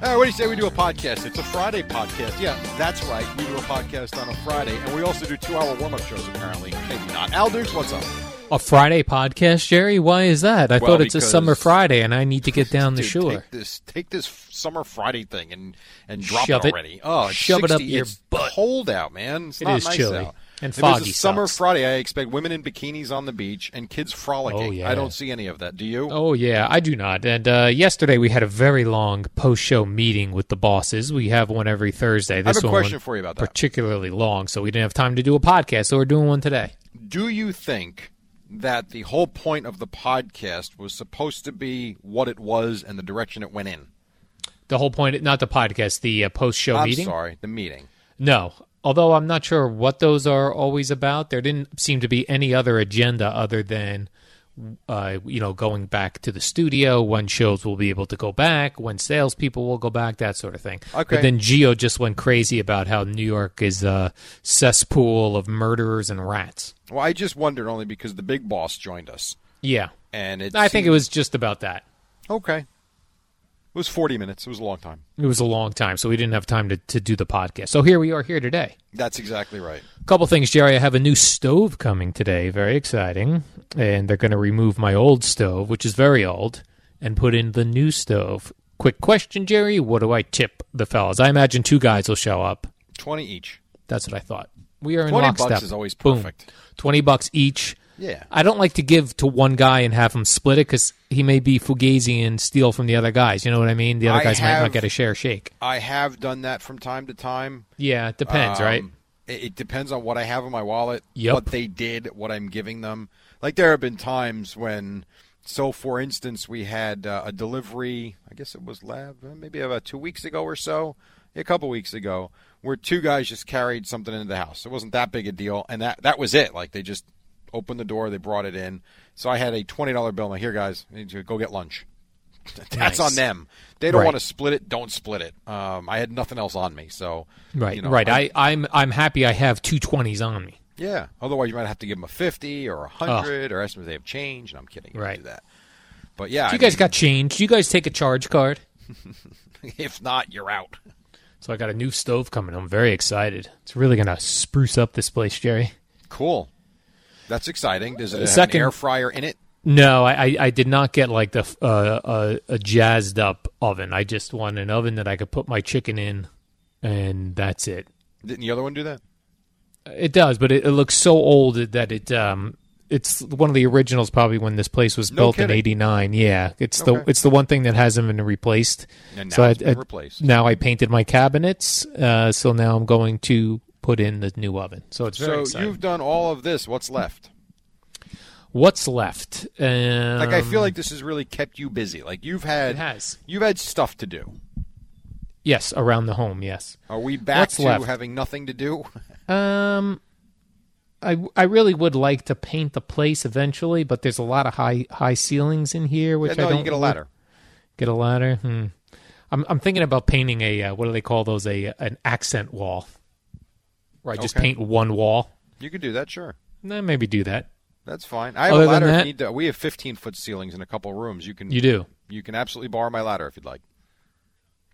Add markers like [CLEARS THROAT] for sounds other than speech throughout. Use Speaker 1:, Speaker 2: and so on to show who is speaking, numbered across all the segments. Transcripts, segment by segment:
Speaker 1: All right, Uh, what do you say we do a podcast? It's a Friday podcast. Yeah, that's right. We do a podcast on a Friday, and we also do two-hour warm-up shows. Apparently, maybe not. Al Dukes, what's up?
Speaker 2: A Friday podcast, Jerry? Why is that? I
Speaker 1: Well,
Speaker 2: thought it's a
Speaker 1: because-
Speaker 2: summer Friday and I need to get down the
Speaker 1: Dude,
Speaker 2: shore.
Speaker 1: Take this, take this summer Friday thing and and drop
Speaker 2: Shove
Speaker 1: it
Speaker 2: it.
Speaker 1: already. Oh, it's
Speaker 2: Shove it up
Speaker 1: 60
Speaker 2: your
Speaker 1: it's
Speaker 2: butt.
Speaker 1: Cold out, man. It's
Speaker 2: It
Speaker 1: not
Speaker 2: is
Speaker 1: nice
Speaker 2: chilly.
Speaker 1: out.
Speaker 2: And
Speaker 1: If it's
Speaker 2: foggy
Speaker 1: a summer
Speaker 2: sucks.
Speaker 1: Friday, I expect women in bikinis on the beach and kids frolicking.
Speaker 2: Oh, yeah.
Speaker 1: I don't see any of that. Do you?
Speaker 2: Oh, yeah, I do not. And uh, yesterday we had a very long post show meeting with the bosses. We have one every Thursday.
Speaker 1: I have
Speaker 2: This
Speaker 1: a
Speaker 2: one
Speaker 1: question
Speaker 2: went
Speaker 1: for you about that.
Speaker 2: particularly long, so we didn't have time to do a podcast, so we're doing one today.
Speaker 1: Do you think that the whole point of the podcast was supposed to be what it was and the direction it went in?
Speaker 2: The whole point, not the podcast, the uh, post show
Speaker 1: I'm
Speaker 2: meeting.
Speaker 1: sorry, the meeting.
Speaker 2: No. Although I'm not sure what those are always about, there didn't seem to be any other agenda other than, uh, you know, going back to the studio, when shows will be able to go back, when salespeople will go back, that sort of thing.
Speaker 1: Okay.
Speaker 2: But then Geo just went crazy about how New York is a cesspool of murderers and rats.
Speaker 1: Well, I just wondered only because the big boss joined us,
Speaker 2: Yeah.
Speaker 1: and it.
Speaker 2: I think it
Speaker 1: seemed-
Speaker 2: was just about that.
Speaker 1: okay. It was forty minutes. It was a long time.
Speaker 2: It was a long time, so we didn't have time to, to do the podcast. So here we are here today.
Speaker 1: That's exactly right.
Speaker 2: Couple things, Jerry. I have a new stove coming today. Very exciting. And they're going to remove my old stove, which is very old, and put in the new stove. Quick question, Jerry. What do I tip the fellas? I imagine two guys will show up.
Speaker 1: Twenty each.
Speaker 2: That's what I thought. We are in
Speaker 1: 20 bucks
Speaker 2: lockstep.
Speaker 1: is always
Speaker 2: Boom.
Speaker 1: perfect.
Speaker 2: 20 bucks each.
Speaker 1: Yeah.
Speaker 2: I don't like to give to one guy and have him split it because he may be fugazi and steal from the other guys. You know what I mean? The other
Speaker 1: I
Speaker 2: guys might not
Speaker 1: have-
Speaker 2: get a share shake.
Speaker 1: I have done that from time to time.
Speaker 2: Yeah, it depends,
Speaker 1: Um,
Speaker 2: right?
Speaker 1: It, it depends on what I have in my wallet,
Speaker 2: Yep.
Speaker 1: what they did, what I'm giving them. Like there have been times when, so for instance, we had uh, a delivery. I guess it was lab, uh, maybe about two weeks ago or so, a couple weeks ago, where two guys just carried something into the house. It wasn't that big a deal, and that that was it. Like they just opened the door, they brought it in. So I had a twenty dollar bill. Now here, guys, I need you to go get lunch. [LAUGHS] That's
Speaker 2: Nice.
Speaker 1: on them. They don't
Speaker 2: Right.
Speaker 1: want to split it. Don't split it. Um, I had nothing else on me, so
Speaker 2: Right,
Speaker 1: you know,
Speaker 2: right.
Speaker 1: I-
Speaker 2: I, I'm I'm happy I have two twenties on me.
Speaker 1: Yeah. Otherwise, you might have to give them a fifty or a hundred, or ask them if they have change. And I'm kidding. you don't
Speaker 2: Right.
Speaker 1: Do that. But yeah,
Speaker 2: Do you
Speaker 1: I
Speaker 2: guys got change? Do you guys take a charge card?
Speaker 1: mean, [LAUGHS] if not, you're out.
Speaker 2: So I got a new stove coming. I'm very excited. It's really gonna spruce up this place, Jerry.
Speaker 1: Cool. That's exciting. Does it have
Speaker 2: Second-
Speaker 1: an air fryer in it?
Speaker 2: No, I, I, I did not get like the f- uh, uh, a jazzed up oven. I just want an oven that I could put my chicken in, and that's it.
Speaker 1: Didn't the other one do that?
Speaker 2: It does, but it, it looks so old that it um it's one of the originals probably when this place was
Speaker 1: No
Speaker 2: built in
Speaker 1: kidding.
Speaker 2: '89. Yeah, it's the
Speaker 1: Okay.
Speaker 2: it's the one thing that hasn't been replaced.
Speaker 1: And now it's been replaced.
Speaker 2: Now I painted my cabinets, uh, so now I'm going to put in the new oven. So it's very
Speaker 1: so
Speaker 2: exciting.
Speaker 1: you've done all of this. What's left?
Speaker 2: What's left? Um,
Speaker 1: Like I feel like this has really kept you busy. Like you've had
Speaker 2: It has.
Speaker 1: you've had stuff to do.
Speaker 2: yes, around the home. Yes.
Speaker 1: Are we back
Speaker 2: What's
Speaker 1: to
Speaker 2: left?
Speaker 1: having nothing to do? [LAUGHS]
Speaker 2: Um, I I really would like to paint the place eventually, but there's a lot of high high ceilings in here, which I
Speaker 1: no,
Speaker 2: don't
Speaker 1: you get a
Speaker 2: like-
Speaker 1: ladder.
Speaker 2: Get a ladder. Hmm. I'm I'm thinking about painting a uh, what do they call those a an accent wall, where I just
Speaker 1: Okay.
Speaker 2: paint one wall.
Speaker 1: You could do that, sure.
Speaker 2: Nah, maybe do that.
Speaker 1: That's fine. I have
Speaker 2: Other
Speaker 1: a
Speaker 2: than
Speaker 1: ladder. if
Speaker 2: that-
Speaker 1: you need to, we have 15 foot ceilings in a couple rooms. You can
Speaker 2: You do.
Speaker 1: you can absolutely borrow my ladder if you'd like.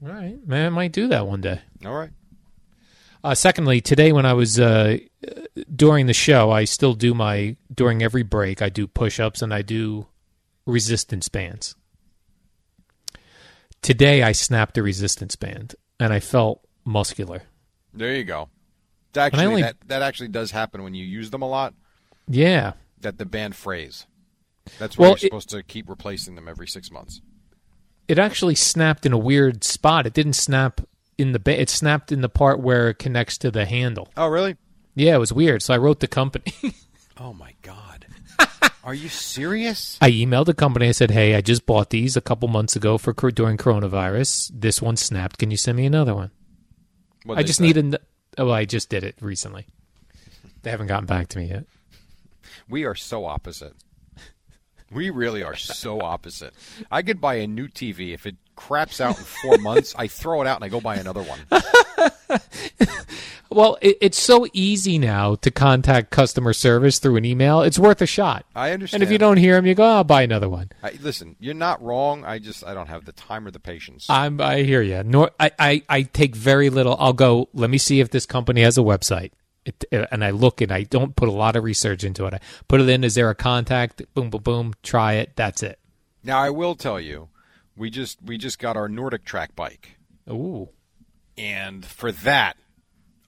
Speaker 2: All right, man, I might do that one day.
Speaker 1: All right.
Speaker 2: Uh, secondly, today when I was uh, during the show, I still do my during every break. I do push-ups and I do resistance bands. Today I snapped a resistance band and I felt muscular.
Speaker 1: There you go. It's Actually,
Speaker 2: only-
Speaker 1: that, that actually does happen when you use them a lot.
Speaker 2: Yeah,
Speaker 1: That the band phrase. That's why
Speaker 2: Well,
Speaker 1: you're
Speaker 2: it-
Speaker 1: supposed to keep replacing them every six months.
Speaker 2: it actually snapped in a weird spot. It didn't snap in the ba- it snapped in the part where it connects to the handle.
Speaker 1: Oh, really?
Speaker 2: Yeah, it was weird. So I wrote the company. [LAUGHS]
Speaker 1: Oh my god. Are you serious?
Speaker 2: I emailed the company. I said, "Hey, I just bought these a couple months ago for cor- during coronavirus. This one snapped. Can you send me another one?
Speaker 1: What'd
Speaker 2: I
Speaker 1: they
Speaker 2: just
Speaker 1: say?
Speaker 2: need an. Oh, I just did it recently. They haven't gotten back to me yet.
Speaker 1: We are so opposite. We really are so opposite. I could buy a new TV if it craps out in
Speaker 2: [LAUGHS]
Speaker 1: four months. I throw it out and I go buy another one.
Speaker 2: Well, it, it's so easy now to contact customer service through an email. It's worth a shot.
Speaker 1: I understand.
Speaker 2: And if you don't hear them, you go, "I'll buy another one."
Speaker 1: I, listen, you're not wrong. I just I don't have the time or the patience.
Speaker 2: I'm, I hear you. Nor I, I, I take very little. I'll go. Let me see if this company has a website, it, uh, and I look and I don't put a lot of research into it. I put it in. Is there a contact? Boom, boom, boom. Try it. That's it.
Speaker 1: now I will tell you, we just we just got our Nordic track bike,
Speaker 2: Ooh.
Speaker 1: and for that,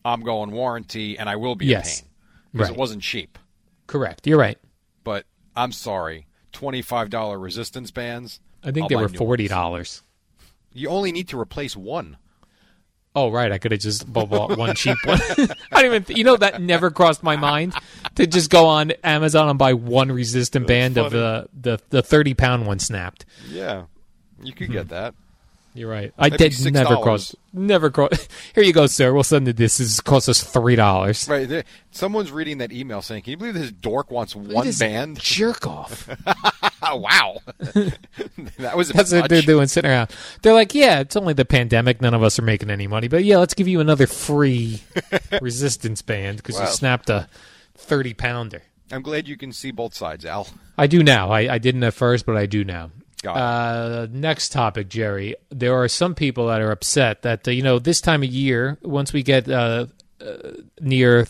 Speaker 1: I'm going warranty, and I will be
Speaker 2: Yes.
Speaker 1: a pain because
Speaker 2: Right.
Speaker 1: it wasn't cheap.
Speaker 2: Correct. You're right.
Speaker 1: But I'm sorry, twenty five dollar resistance bands.
Speaker 2: I think
Speaker 1: I'll
Speaker 2: they
Speaker 1: buy
Speaker 2: were
Speaker 1: new
Speaker 2: forty dollars.
Speaker 1: You only need to replace one.
Speaker 2: Oh right, I could have just bought bought one cheap one. [LAUGHS] I don't even. Th- you know that never crossed my mind to just go on Amazon and buy one resistant band of the the the thirty pound one snapped.
Speaker 1: Yeah, you could
Speaker 2: Hmm.
Speaker 1: get that.
Speaker 2: You're right. I
Speaker 1: That'd be
Speaker 2: did
Speaker 1: $6.
Speaker 2: never cross. Never cross. [LAUGHS] Here you go, sir. We'll send it this. This cost us three dollars.
Speaker 1: Right. There, someone's reading that email saying, "Can you believe this dork wants one band?"
Speaker 2: [LAUGHS] Jerk
Speaker 1: [LAUGHS]
Speaker 2: off. [LAUGHS]
Speaker 1: Oh, wow, that was a
Speaker 2: That's
Speaker 1: bit
Speaker 2: what they're
Speaker 1: much.
Speaker 2: doing, sitting around. They're like, yeah, it's only the pandemic. None of us are making any money, but yeah, let's give you another
Speaker 1: [LAUGHS]
Speaker 2: free resistance band because you
Speaker 1: Wow.
Speaker 2: snapped a thirty pounder.
Speaker 1: I'm glad you can see both sides, Al.
Speaker 2: I do now. I, I didn't at first, but I do now.
Speaker 1: Got it.
Speaker 2: Uh, next topic, Jerry. There are some people that are upset that uh, you know this time of year, once we get uh, uh, near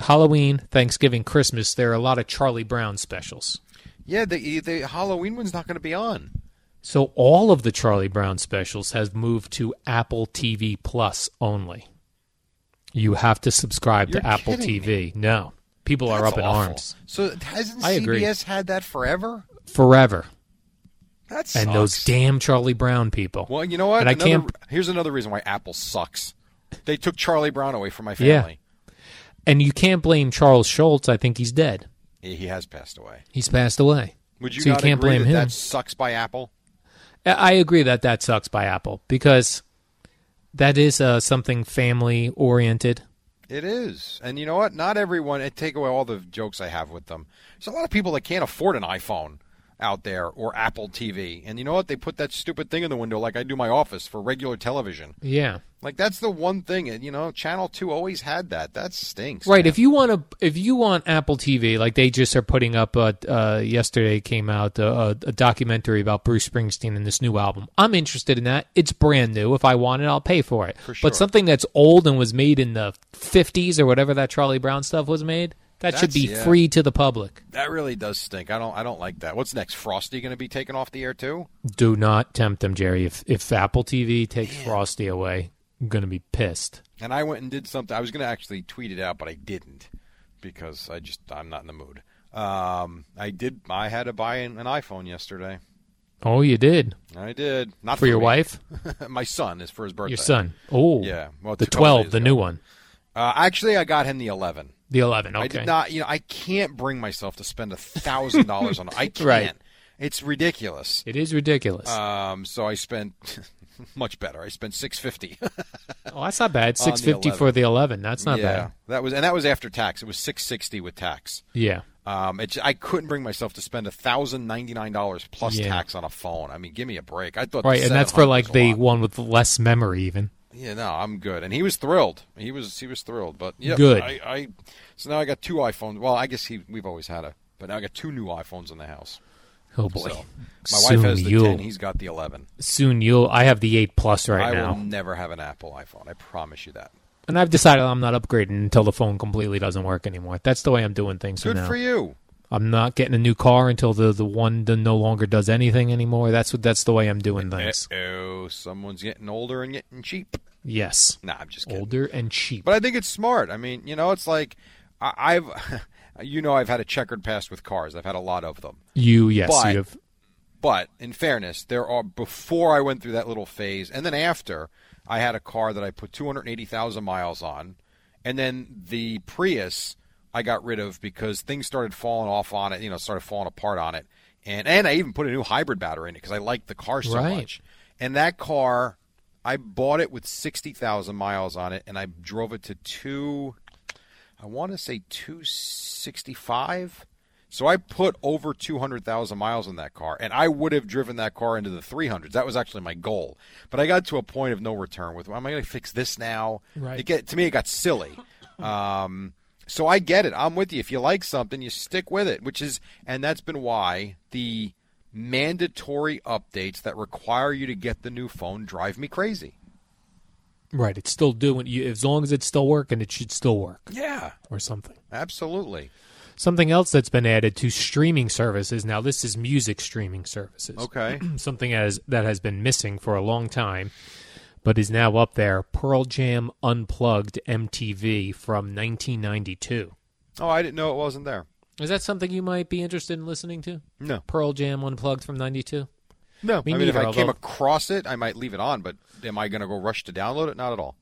Speaker 2: Halloween, Thanksgiving, Christmas, there are a lot of Charlie Brown specials.
Speaker 1: Yeah, the the Halloween one's not going to be on.
Speaker 2: So all of the Charlie Brown specials has moved to Apple TV Plus only. You have to subscribe
Speaker 1: You're
Speaker 2: to Apple
Speaker 1: kidding
Speaker 2: TV. No, people are
Speaker 1: That's
Speaker 2: up in
Speaker 1: awful.
Speaker 2: arms
Speaker 1: So hasn't
Speaker 2: I agree.
Speaker 1: CBS had that forever?
Speaker 2: forever,
Speaker 1: That's
Speaker 2: and those damn Charlie Brown people.
Speaker 1: well, you know what?
Speaker 2: And I
Speaker 1: Another-
Speaker 2: can't
Speaker 1: Here's another reason why Apple sucks. They took Charlie Brown away from my
Speaker 2: Yeah.
Speaker 1: family.
Speaker 2: And you can't blame Charles Schultz. I think he's dead.
Speaker 1: He- He has passed away.
Speaker 2: He's passed away.
Speaker 1: Would you
Speaker 2: so you
Speaker 1: not
Speaker 2: can't
Speaker 1: agree
Speaker 2: blame
Speaker 1: that
Speaker 2: him.
Speaker 1: that sucks by Apple?
Speaker 2: I I agree that that sucks by Apple because that is uh, something family oriented.
Speaker 1: It is. And you know what? Not everyone, and take away all the jokes I have with them. There's a lot of people that can't afford an iPhone out there or Apple TV. And you know what? They put that stupid thing in the window like I do my office for regular television.
Speaker 2: Yeah.
Speaker 1: Like that's the one thing, and you know, Channel Two always had that. That stinks.
Speaker 2: Right.
Speaker 1: man.
Speaker 2: If you want to, if you want Apple TV, like they just are putting up. Uh, uh, yesterday came out a, a, a documentary about Bruce Springsteen and this new album. I'm interested in that. It's brand new. If I want it, I'll pay for it.
Speaker 1: For sure.
Speaker 2: But something that's old and was made in the 50s or whatever that Charlie Brown stuff was made, that should
Speaker 1: That's-
Speaker 2: be
Speaker 1: yeah.
Speaker 2: free to the public.
Speaker 1: that really does stink. I don't. I don't like that. What's next? Frosty going to be taken off the air too?
Speaker 2: Do not tempt them, Jerry. If if Apple TV takes Frosty away, I'm gonna be pissed.
Speaker 1: And I went and did something. I was going to actually tweet it out, but I didn't because I just I'm not in the mood. Um, I did. I had to buy an, an iPhone yesterday.
Speaker 2: Oh, you did
Speaker 1: I did. Not for,
Speaker 2: for your
Speaker 1: me.
Speaker 2: wife,
Speaker 1: [LAUGHS] My son is for his birthday.
Speaker 2: your son. Oh,
Speaker 1: Yeah. Well,
Speaker 2: the
Speaker 1: it's a couple
Speaker 2: twelve,
Speaker 1: days
Speaker 2: the
Speaker 1: ago.
Speaker 2: new one,
Speaker 1: Uh, actually, I got him the eleven.
Speaker 2: the eleven. Okay,
Speaker 1: I did not. You know, I can't bring myself to spend a thousand dollars on. I can't.
Speaker 2: [LAUGHS] Right.
Speaker 1: It's ridiculous.
Speaker 2: it is ridiculous.
Speaker 1: Um, so I spent [LAUGHS] much better. I spent six fifty. [LAUGHS]
Speaker 2: oh, that's not bad.
Speaker 1: on the
Speaker 2: Six fifty for the eleven. That's not bad.
Speaker 1: that was and that was after tax. It was six sixty with tax.
Speaker 2: Yeah,
Speaker 1: Um, it, j- I couldn't bring myself to spend thousand ninety nine dollars plus
Speaker 2: Yeah.
Speaker 1: tax on a phone. I mean, give me a break. I thought
Speaker 2: right. And that's for
Speaker 1: 700
Speaker 2: like
Speaker 1: was a
Speaker 2: the
Speaker 1: lot.
Speaker 2: one with less memory, even.
Speaker 1: yeah. No, I'm good. And he was thrilled. He was he was thrilled. But yeah,
Speaker 2: Good.
Speaker 1: I, I so now I got two iPhones. Well, I guess he we've always had a, but now I got two new iPhones in the house.
Speaker 2: Oh boy.
Speaker 1: So my
Speaker 2: soon
Speaker 1: wife has the
Speaker 2: you'll
Speaker 1: ten. He's got the eleven.
Speaker 2: soon you'll. I have the eight plus right
Speaker 1: I
Speaker 2: now,
Speaker 1: will never have an Apple iPhone. I promise you that.
Speaker 2: And I've decided I'm not upgrading until the phone completely doesn't work anymore. That's the way I'm doing things
Speaker 1: Good
Speaker 2: now.
Speaker 1: for you.
Speaker 2: I'm not getting a new car until the, the one that no longer does anything anymore. That's what that's the way I'm doing things.
Speaker 1: Oh, someone's getting older and getting cheap.
Speaker 2: Yes.
Speaker 1: Nah, I'm just kidding.
Speaker 2: Older and cheap.
Speaker 1: But I think it's smart. I mean, you know, it's like I, I've, [LAUGHS] you know, I've had a checkered past with cars. I've had a lot of them.
Speaker 2: You yes,
Speaker 1: But-
Speaker 2: you have
Speaker 1: But in fairness, there are before I went through that little phase, and then after, I had a car that I put 280,000 miles on, and then the Prius I got rid of because things started falling off on it. You know, started falling apart on it, and and I even put a new hybrid battery in it because I liked the car so
Speaker 2: Right.
Speaker 1: much. And that car, I bought it with 60,000 miles on it, and I drove it to two. I want to say 265. So I put over 200,000 miles on that car, and I would have driven that car into the 300s. That was actually my goal. But I got to a point of no return with, am I going to fix this now?
Speaker 2: Right.
Speaker 1: It get, to me, it got silly. Um, so I get it. I'm with you. If you like something, you stick with it, which is, and that's been why the mandatory updates that require you to get the new phone drive me crazy.
Speaker 2: right. It's still doing you as long as it's still working, it should still work
Speaker 1: Yeah,
Speaker 2: or something.
Speaker 1: absolutely.
Speaker 2: Something else that's been added to streaming services. Now this is music streaming services.
Speaker 1: Okay.
Speaker 2: something as that has been missing for a long time, but is now up there. Pearl Jam Unplugged MTV from 1992.
Speaker 1: [CLEARS THROAT] Oh, I didn't know it wasn't there.
Speaker 2: Is that something you might be interested in listening to?
Speaker 1: No.
Speaker 2: Pearl Jam Unplugged from 92?
Speaker 1: No,
Speaker 2: me
Speaker 1: I mean, if
Speaker 2: neither,
Speaker 1: I came
Speaker 2: although- across
Speaker 1: across it, I might leave it on, but am I going to go rush to download it? Not at all.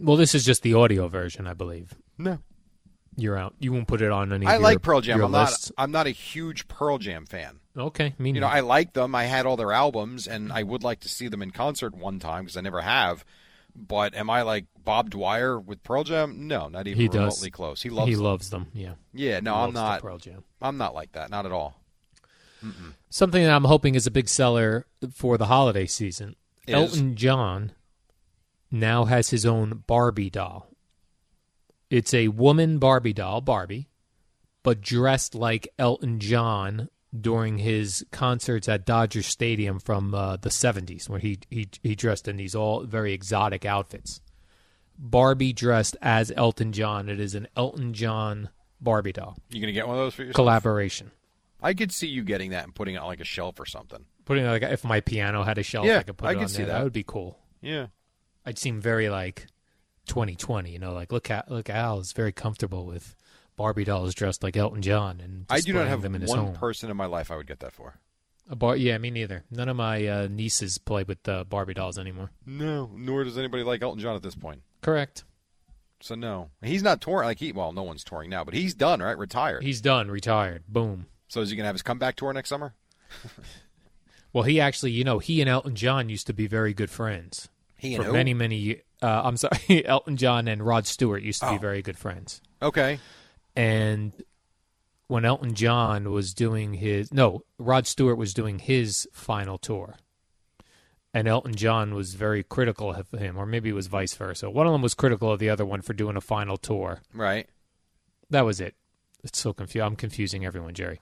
Speaker 2: Well, this is just the audio version, I believe.
Speaker 1: No,
Speaker 2: You're out. You won't put it on any of
Speaker 1: I
Speaker 2: your-
Speaker 1: like Pearl Jam.
Speaker 2: your
Speaker 1: I'm
Speaker 2: lists? Mm-hmm.
Speaker 1: not. I'm not a huge Pearl Jam fan.
Speaker 2: Okay, me
Speaker 1: You know,
Speaker 2: neither.
Speaker 1: I like them. I had all their albums, and I would like to see them in concert one time because I never have. But am I like Bob Dwyer with Pearl Jam? No, not even
Speaker 2: He does.
Speaker 1: remotely close. He loves.
Speaker 2: He
Speaker 1: them.
Speaker 2: loves them. Yeah.
Speaker 1: yeah, no,
Speaker 2: He
Speaker 1: I'm
Speaker 2: loves the
Speaker 1: not.
Speaker 2: Pearl Jam.
Speaker 1: I'm not like that. Not at all.
Speaker 2: Something that I'm hoping is a big seller for the holiday season.
Speaker 1: Is-
Speaker 2: Elton John now has his own Barbie doll. It's a woman Barbie doll, Barbie, but dressed like Elton John during his concerts at Dodger Stadium from uh, the 70s, where he, he he dressed in these all very exotic outfits. Barbie dressed as Elton John. It is an Elton John Barbie doll
Speaker 1: You gonna get one of those for yourself?
Speaker 2: collaboration.
Speaker 1: I could see you getting that and putting it on like a shelf or something.
Speaker 2: putting like if my piano had a shelf,
Speaker 1: Yeah,
Speaker 2: I could put
Speaker 1: I
Speaker 2: it
Speaker 1: could
Speaker 2: on
Speaker 1: see
Speaker 2: there. That.
Speaker 1: that.
Speaker 2: would be cool.
Speaker 1: Yeah.
Speaker 2: I'd seem very like 2020, you know, like look at look Al is very comfortable with Barbie dolls dressed like Elton John and
Speaker 1: I do not
Speaker 2: displaying
Speaker 1: have
Speaker 2: them in his
Speaker 1: one
Speaker 2: home.
Speaker 1: person in my life I would get that for.
Speaker 2: A bar- yeah, me neither. None of my uh, nieces play with uh, Barbie dolls anymore.
Speaker 1: No, nor does anybody like Elton John at this point.
Speaker 2: Correct.
Speaker 1: So no, he's not touring. Like he, well, no one's touring now, but he's done, right? Retired.
Speaker 2: He's done, retired. Boom.
Speaker 1: so is he gonna have his comeback tour next summer?
Speaker 2: Well, he actually, you know, he and Elton John used to be very good friends
Speaker 1: He
Speaker 2: for
Speaker 1: and who?
Speaker 2: many, many. Uh, I'm sorry, [LAUGHS] Elton John and Rod Stewart used to be
Speaker 1: Oh.
Speaker 2: very good friends.
Speaker 1: Okay.
Speaker 2: and when Elton John was doing his no, Rod Stewart was doing his final tour. And Elton John was very critical of him, or maybe it was vice versa. One of them was critical of the other one for doing a final tour.
Speaker 1: Right.
Speaker 2: That was it. It's so confusing. I'm confusing everyone, Jerry.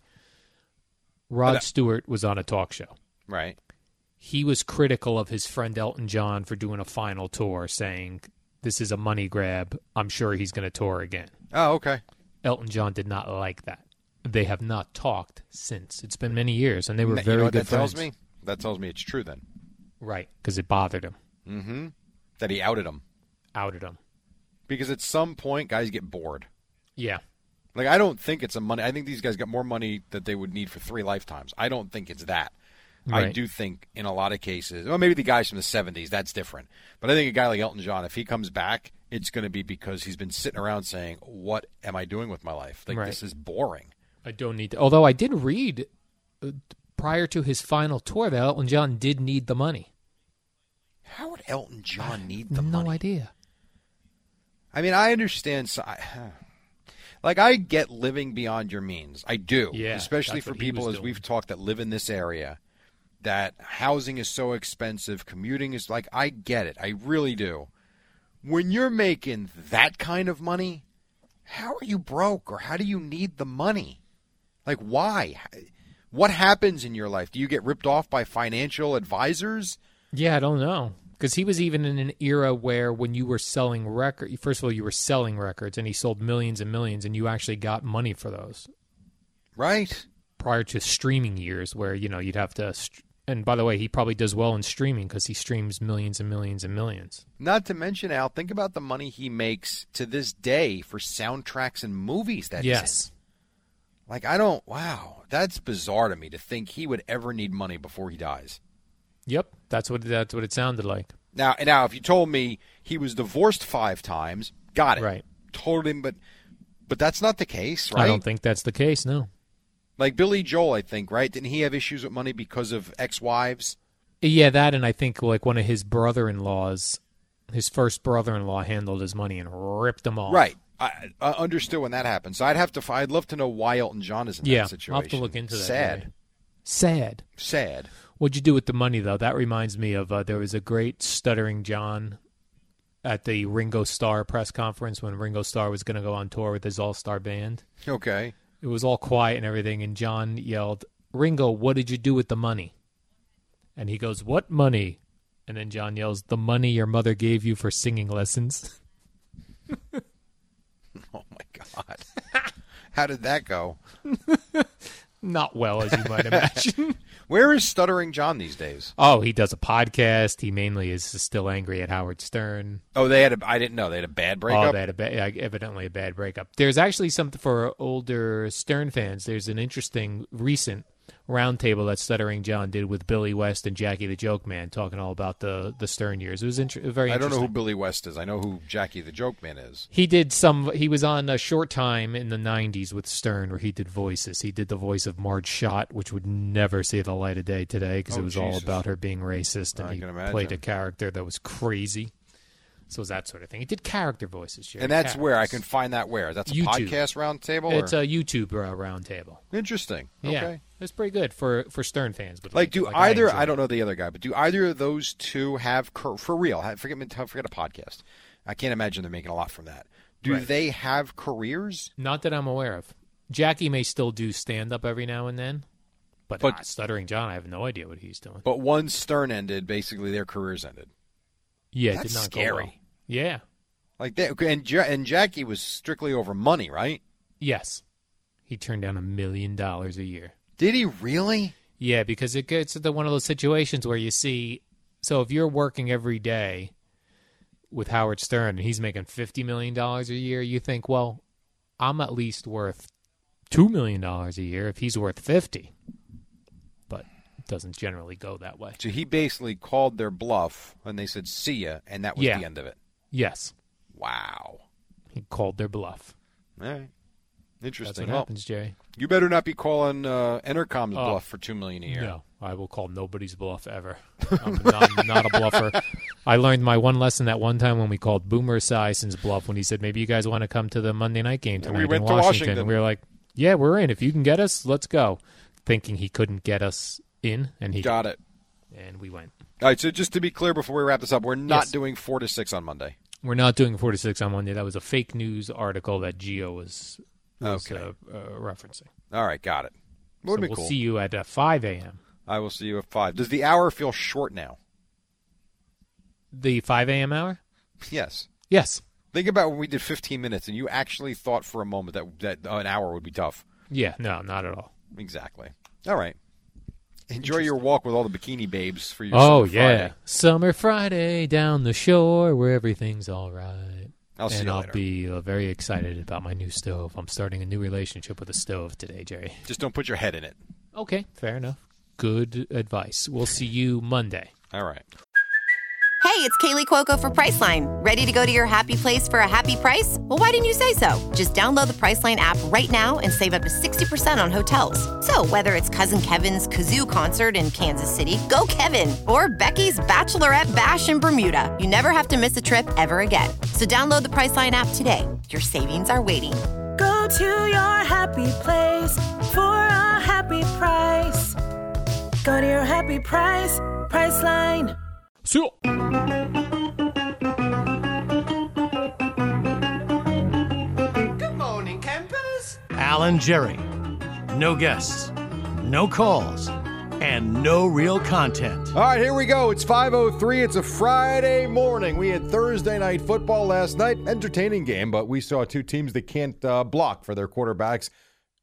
Speaker 2: Rod
Speaker 1: But, uh,
Speaker 2: Stewart was on a talk show.
Speaker 1: Right.
Speaker 2: He was critical of his friend Elton John for doing a final tour, saying, This is a money grab. I'm sure he's going to tour again.
Speaker 1: Oh, okay.
Speaker 2: Elton John did not like that. They have not talked since. It's been many years, and they were
Speaker 1: N-
Speaker 2: very
Speaker 1: you know what
Speaker 2: good
Speaker 1: that tells
Speaker 2: friends.
Speaker 1: me? That tells me it's true then.
Speaker 2: Right, because it bothered him,
Speaker 1: Mm-hmm. That he outed him
Speaker 2: outed him.
Speaker 1: because at some point guys get bored.
Speaker 2: Yeah,
Speaker 1: Like I don't think it's a money. I think these guys got more money that they would need for three lifetimes. I don't think it's that. I
Speaker 2: Right.
Speaker 1: do think in a lot of cases, well, maybe the guys from the '70s, that's different. But I think a guy like Elton John, if he comes back, it's going to be because he's been sitting around saying, "What am I doing with my life? Like
Speaker 2: Right.
Speaker 1: this is boring."
Speaker 2: I don't need. To, although I did read uh, prior to his final tour that Elton John did need the money.
Speaker 1: How would Elton John need the
Speaker 2: no
Speaker 1: money?
Speaker 2: idea.
Speaker 1: I mean, I understand. So [SIGHS] like, I get living beyond your means. I do.
Speaker 2: Yeah,
Speaker 1: Especially
Speaker 2: that's
Speaker 1: for
Speaker 2: what he
Speaker 1: people,
Speaker 2: was
Speaker 1: as
Speaker 2: doing.
Speaker 1: we've talked, that live in this area, that housing is so expensive, commuting is like, I get it. I really do. When you're making that kind of money, how are you broke or how do you need the money? Like, why? What happens in your life? Do you get ripped off by financial advisors?
Speaker 2: Yeah, I don't know. because he was even in an era where when you were selling record, first of all, you were selling records, and he sold millions and millions, and you actually got money for those.
Speaker 1: Right?
Speaker 2: Prior to streaming years, where you know you'd have to, str- and by the way, he probably does well in streaming because he streams millions and millions and millions.
Speaker 1: Not to mention, Al, think about the money he makes to this day for soundtracks and movies that he's in.
Speaker 2: yes,
Speaker 1: Like, I don't, wow, that's bizarre to me to think he would ever need money before he dies.
Speaker 2: yep, that's what that's what it sounded like.
Speaker 1: Now, now, if you told me he was divorced five times, got it.
Speaker 2: Right.
Speaker 1: Totally, but, but that's not the case, right?
Speaker 2: I don't think that's the case. No,
Speaker 1: Like Billy Joel, I think, right? Didn't he have issues with money because of ex-wives?
Speaker 2: yeah, that, and I think like one of his brother-in-laws, his first brother-in-law handled his money and ripped him off.
Speaker 1: Right. I, I understood when that happened. So I'd have to. fi- I'd love to know why Elton John is in
Speaker 2: Yeah,
Speaker 1: that situation.
Speaker 2: I'll have to look into that.
Speaker 1: Sad.
Speaker 2: really. Sad.
Speaker 1: Sad.
Speaker 2: What'd you do with the money, though? That reminds me of uh, there was a great stuttering John at the Ringo Starr press conference when Ringo Starr was going to go on tour with his all star band.
Speaker 1: Okay.
Speaker 2: It was all quiet and everything, and John yelled, Ringo, what did you do with the money? And he goes, What money? And then John yells, The money your mother gave you for singing lessons. [LAUGHS]
Speaker 1: Oh my God. How did that go?
Speaker 2: Not well, as you might imagine.
Speaker 1: Where is stuttering John these days?
Speaker 2: oh, he does a podcast. He mainly is still angry at Howard Stern.
Speaker 1: Oh, they had a. I didn't know they had a bad
Speaker 2: Oh,
Speaker 1: breakup.
Speaker 2: they had a ba- yeah, evidently a bad breakup. There's actually something for older Stern fans. There's an interesting recent roundtable that Stuttering John did with Billy West and Jackie the Joke Man, talking all about the the Stern years. It was inter- very.
Speaker 1: I don't know
Speaker 2: interesting.
Speaker 1: who Billy West is. I know who Jackie the Joke Man is.
Speaker 2: He did some. He was on a short time in the '90s with Stern, where he did voices. He did the voice of Marge Schott, which would never see the light of day today because
Speaker 1: Oh,
Speaker 2: it was all
Speaker 1: Jesus.
Speaker 2: about her being racist, and
Speaker 1: I
Speaker 2: he
Speaker 1: can imagine.
Speaker 2: played a character that was crazy. So it was that sort of thing. He did character voices, Jerry,
Speaker 1: And that's where I
Speaker 2: characters.
Speaker 1: can find that. Where that's a
Speaker 2: YouTube.
Speaker 1: podcast roundtable.
Speaker 2: It's
Speaker 1: or?
Speaker 2: a YouTube uh, roundtable.
Speaker 1: interesting.
Speaker 2: Yeah,
Speaker 1: Okay.
Speaker 2: it's pretty good for for Stern fans. But
Speaker 1: Like, do either?
Speaker 2: enjoy
Speaker 1: I, don't know the other guy, but do either of those two have cur- for real? I forget, I forget a podcast. I can't imagine they're making a lot from that. Do
Speaker 2: Right.
Speaker 1: they have careers?
Speaker 2: it. Not that I'm aware of. Jackie may still do stand up every now and then, but,
Speaker 1: But-
Speaker 2: ah, Stuttering John, I have no idea what he's doing.
Speaker 1: But once Stern ended, basically their careers ended.
Speaker 2: yeah, it
Speaker 1: that's
Speaker 2: did not go
Speaker 1: scary.
Speaker 2: well. Yeah.
Speaker 1: Like that, and ja- and Jackie was strictly over money, right?
Speaker 2: Yes. He turned down a million dollars a year.
Speaker 1: Did he really?
Speaker 2: Yeah, because it gets into one of those situations where you see. So if you're working every day with Howard Stern and he's making fifty million dollars a year, you think, well, I'm at least worth two million dollars a year if he's worth fifty. But it doesn't generally go that way.
Speaker 1: So he basically called their bluff, and they said "see ya," and that was
Speaker 2: Yeah.
Speaker 1: the end of it.
Speaker 2: Yes,
Speaker 1: Wow.
Speaker 2: he called their bluff.
Speaker 1: All right.
Speaker 2: That's
Speaker 1: Interesting.
Speaker 2: what
Speaker 1: Well,
Speaker 2: happens, Jerry.
Speaker 1: you better not be calling uh, Entercom's
Speaker 2: Oh.
Speaker 1: bluff for two million a year.
Speaker 2: No, I will call nobody's bluff ever. I'm not, I'm not a bluffer. I learned my one lesson that one time when we called Boomer Sison's bluff when he said, "Maybe you guys want to come to the Monday night game
Speaker 1: we
Speaker 2: tonight
Speaker 1: went
Speaker 2: in
Speaker 1: to
Speaker 2: Washington."
Speaker 1: Washington.
Speaker 2: And we were like, "Yeah, we're in. If you can get us, let's go." Thinking he couldn't get us in, and he
Speaker 1: Got it.
Speaker 2: and we went.
Speaker 1: All right, so just to be clear before we wrap this up, we're not
Speaker 2: Yes.
Speaker 1: doing four to six on Monday.
Speaker 2: We're not doing four to six on Monday. That was a fake news article that Geo was, was
Speaker 1: Okay.
Speaker 2: uh, uh, referencing.
Speaker 1: All right, got it.
Speaker 2: So
Speaker 1: Would be
Speaker 2: we'll
Speaker 1: cool.
Speaker 2: see you at uh, five a.m.
Speaker 1: I will see you at five. Does the hour feel short now? [LAUGHS]
Speaker 2: The five a.m. hour.
Speaker 1: Yes.
Speaker 2: Yes.
Speaker 1: Think about when we did 15 minutes, and you actually thought for a moment that that an hour would be tough.
Speaker 2: Yeah. No, not at all.
Speaker 1: Exactly. All right. Enjoy your walk with all the bikini babes for your.
Speaker 2: Oh
Speaker 1: Summer
Speaker 2: yeah,
Speaker 1: Friday.
Speaker 2: summer Friday down the shore where everything's all right.
Speaker 1: I'll see
Speaker 2: and
Speaker 1: you
Speaker 2: I'll
Speaker 1: later.
Speaker 2: be uh, very excited about my new stove. I'm starting a new relationship with a stove today, Jerry.
Speaker 1: Just don't put your head in it.
Speaker 2: Okay, fair enough. Good advice. We'll see you Monday.
Speaker 1: All right.
Speaker 3: Hey, it's Kaylee Cuoco for Priceline. Ready to go to your happy place for a happy price? Well, why didn't you say so? Just download the Priceline app right now and save up to 60% on hotels. So, whether it's Cousin Kevin's Kazoo concert in Kansas City, go Kevin, or Becky's Bachelorette Bash in Bermuda, you never have to miss a trip ever again. So, download the Priceline app today. Your savings are waiting.
Speaker 4: Go to your happy place for a happy price. Go to your happy price, price line.
Speaker 2: See you.
Speaker 5: Alan Jerry. No guests, no calls, and no real content.
Speaker 1: All right, here we go. It's 5:03. It's a Friday morning. We had Thursday night football last night. Entertaining game, but we saw two teams that can't uh, block for their quarterbacks,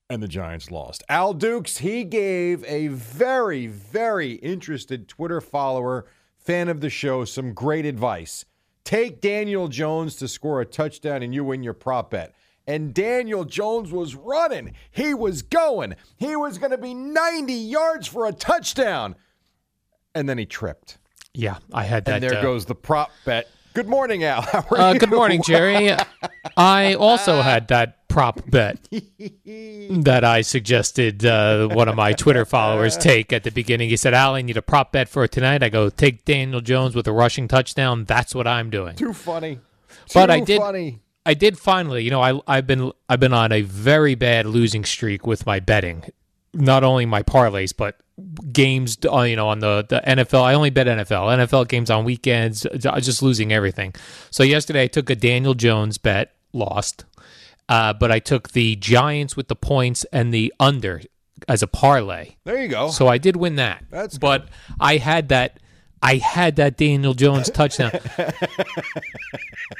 Speaker 1: and the Giants lost. Al Dukes he gave a very, very interested Twitter follower, fan of the show, some great advice. Take Daniel Jones to score a touchdown, and you win your prop bet and Daniel Jones was running. He was going. He was going to be 90 yards for a touchdown. And then he tripped.
Speaker 2: Yeah, I had that.
Speaker 1: And there
Speaker 2: uh,
Speaker 1: goes the prop bet. Good morning, Al. [LAUGHS] How are
Speaker 2: Uh,
Speaker 1: you?
Speaker 2: good morning, Jerry. I also had that prop bet that I suggested uh, one of my Twitter followers take at the beginning. He said, "Al, I need a prop bet for tonight." I go, "Take Daniel Jones with a rushing touchdown." That's what I'm doing.
Speaker 1: Too funny.
Speaker 2: But
Speaker 1: Too
Speaker 2: I did-
Speaker 1: funny.
Speaker 2: I did finally, you know, I I've been I've been on a very bad losing streak with my betting. Not only my parlays, but games, uh, you know, on the, the NFL. I only bet NFL. NFL games on weekends, I was just losing everything. So yesterday I took a Daniel Jones bet, lost. Uh, but I took the Giants with the points and the under as a parlay.
Speaker 1: There you go.
Speaker 2: So I did win that.
Speaker 1: That's
Speaker 2: but I had that I had that Daniel Jones
Speaker 1: [LAUGHS]
Speaker 2: touchdown.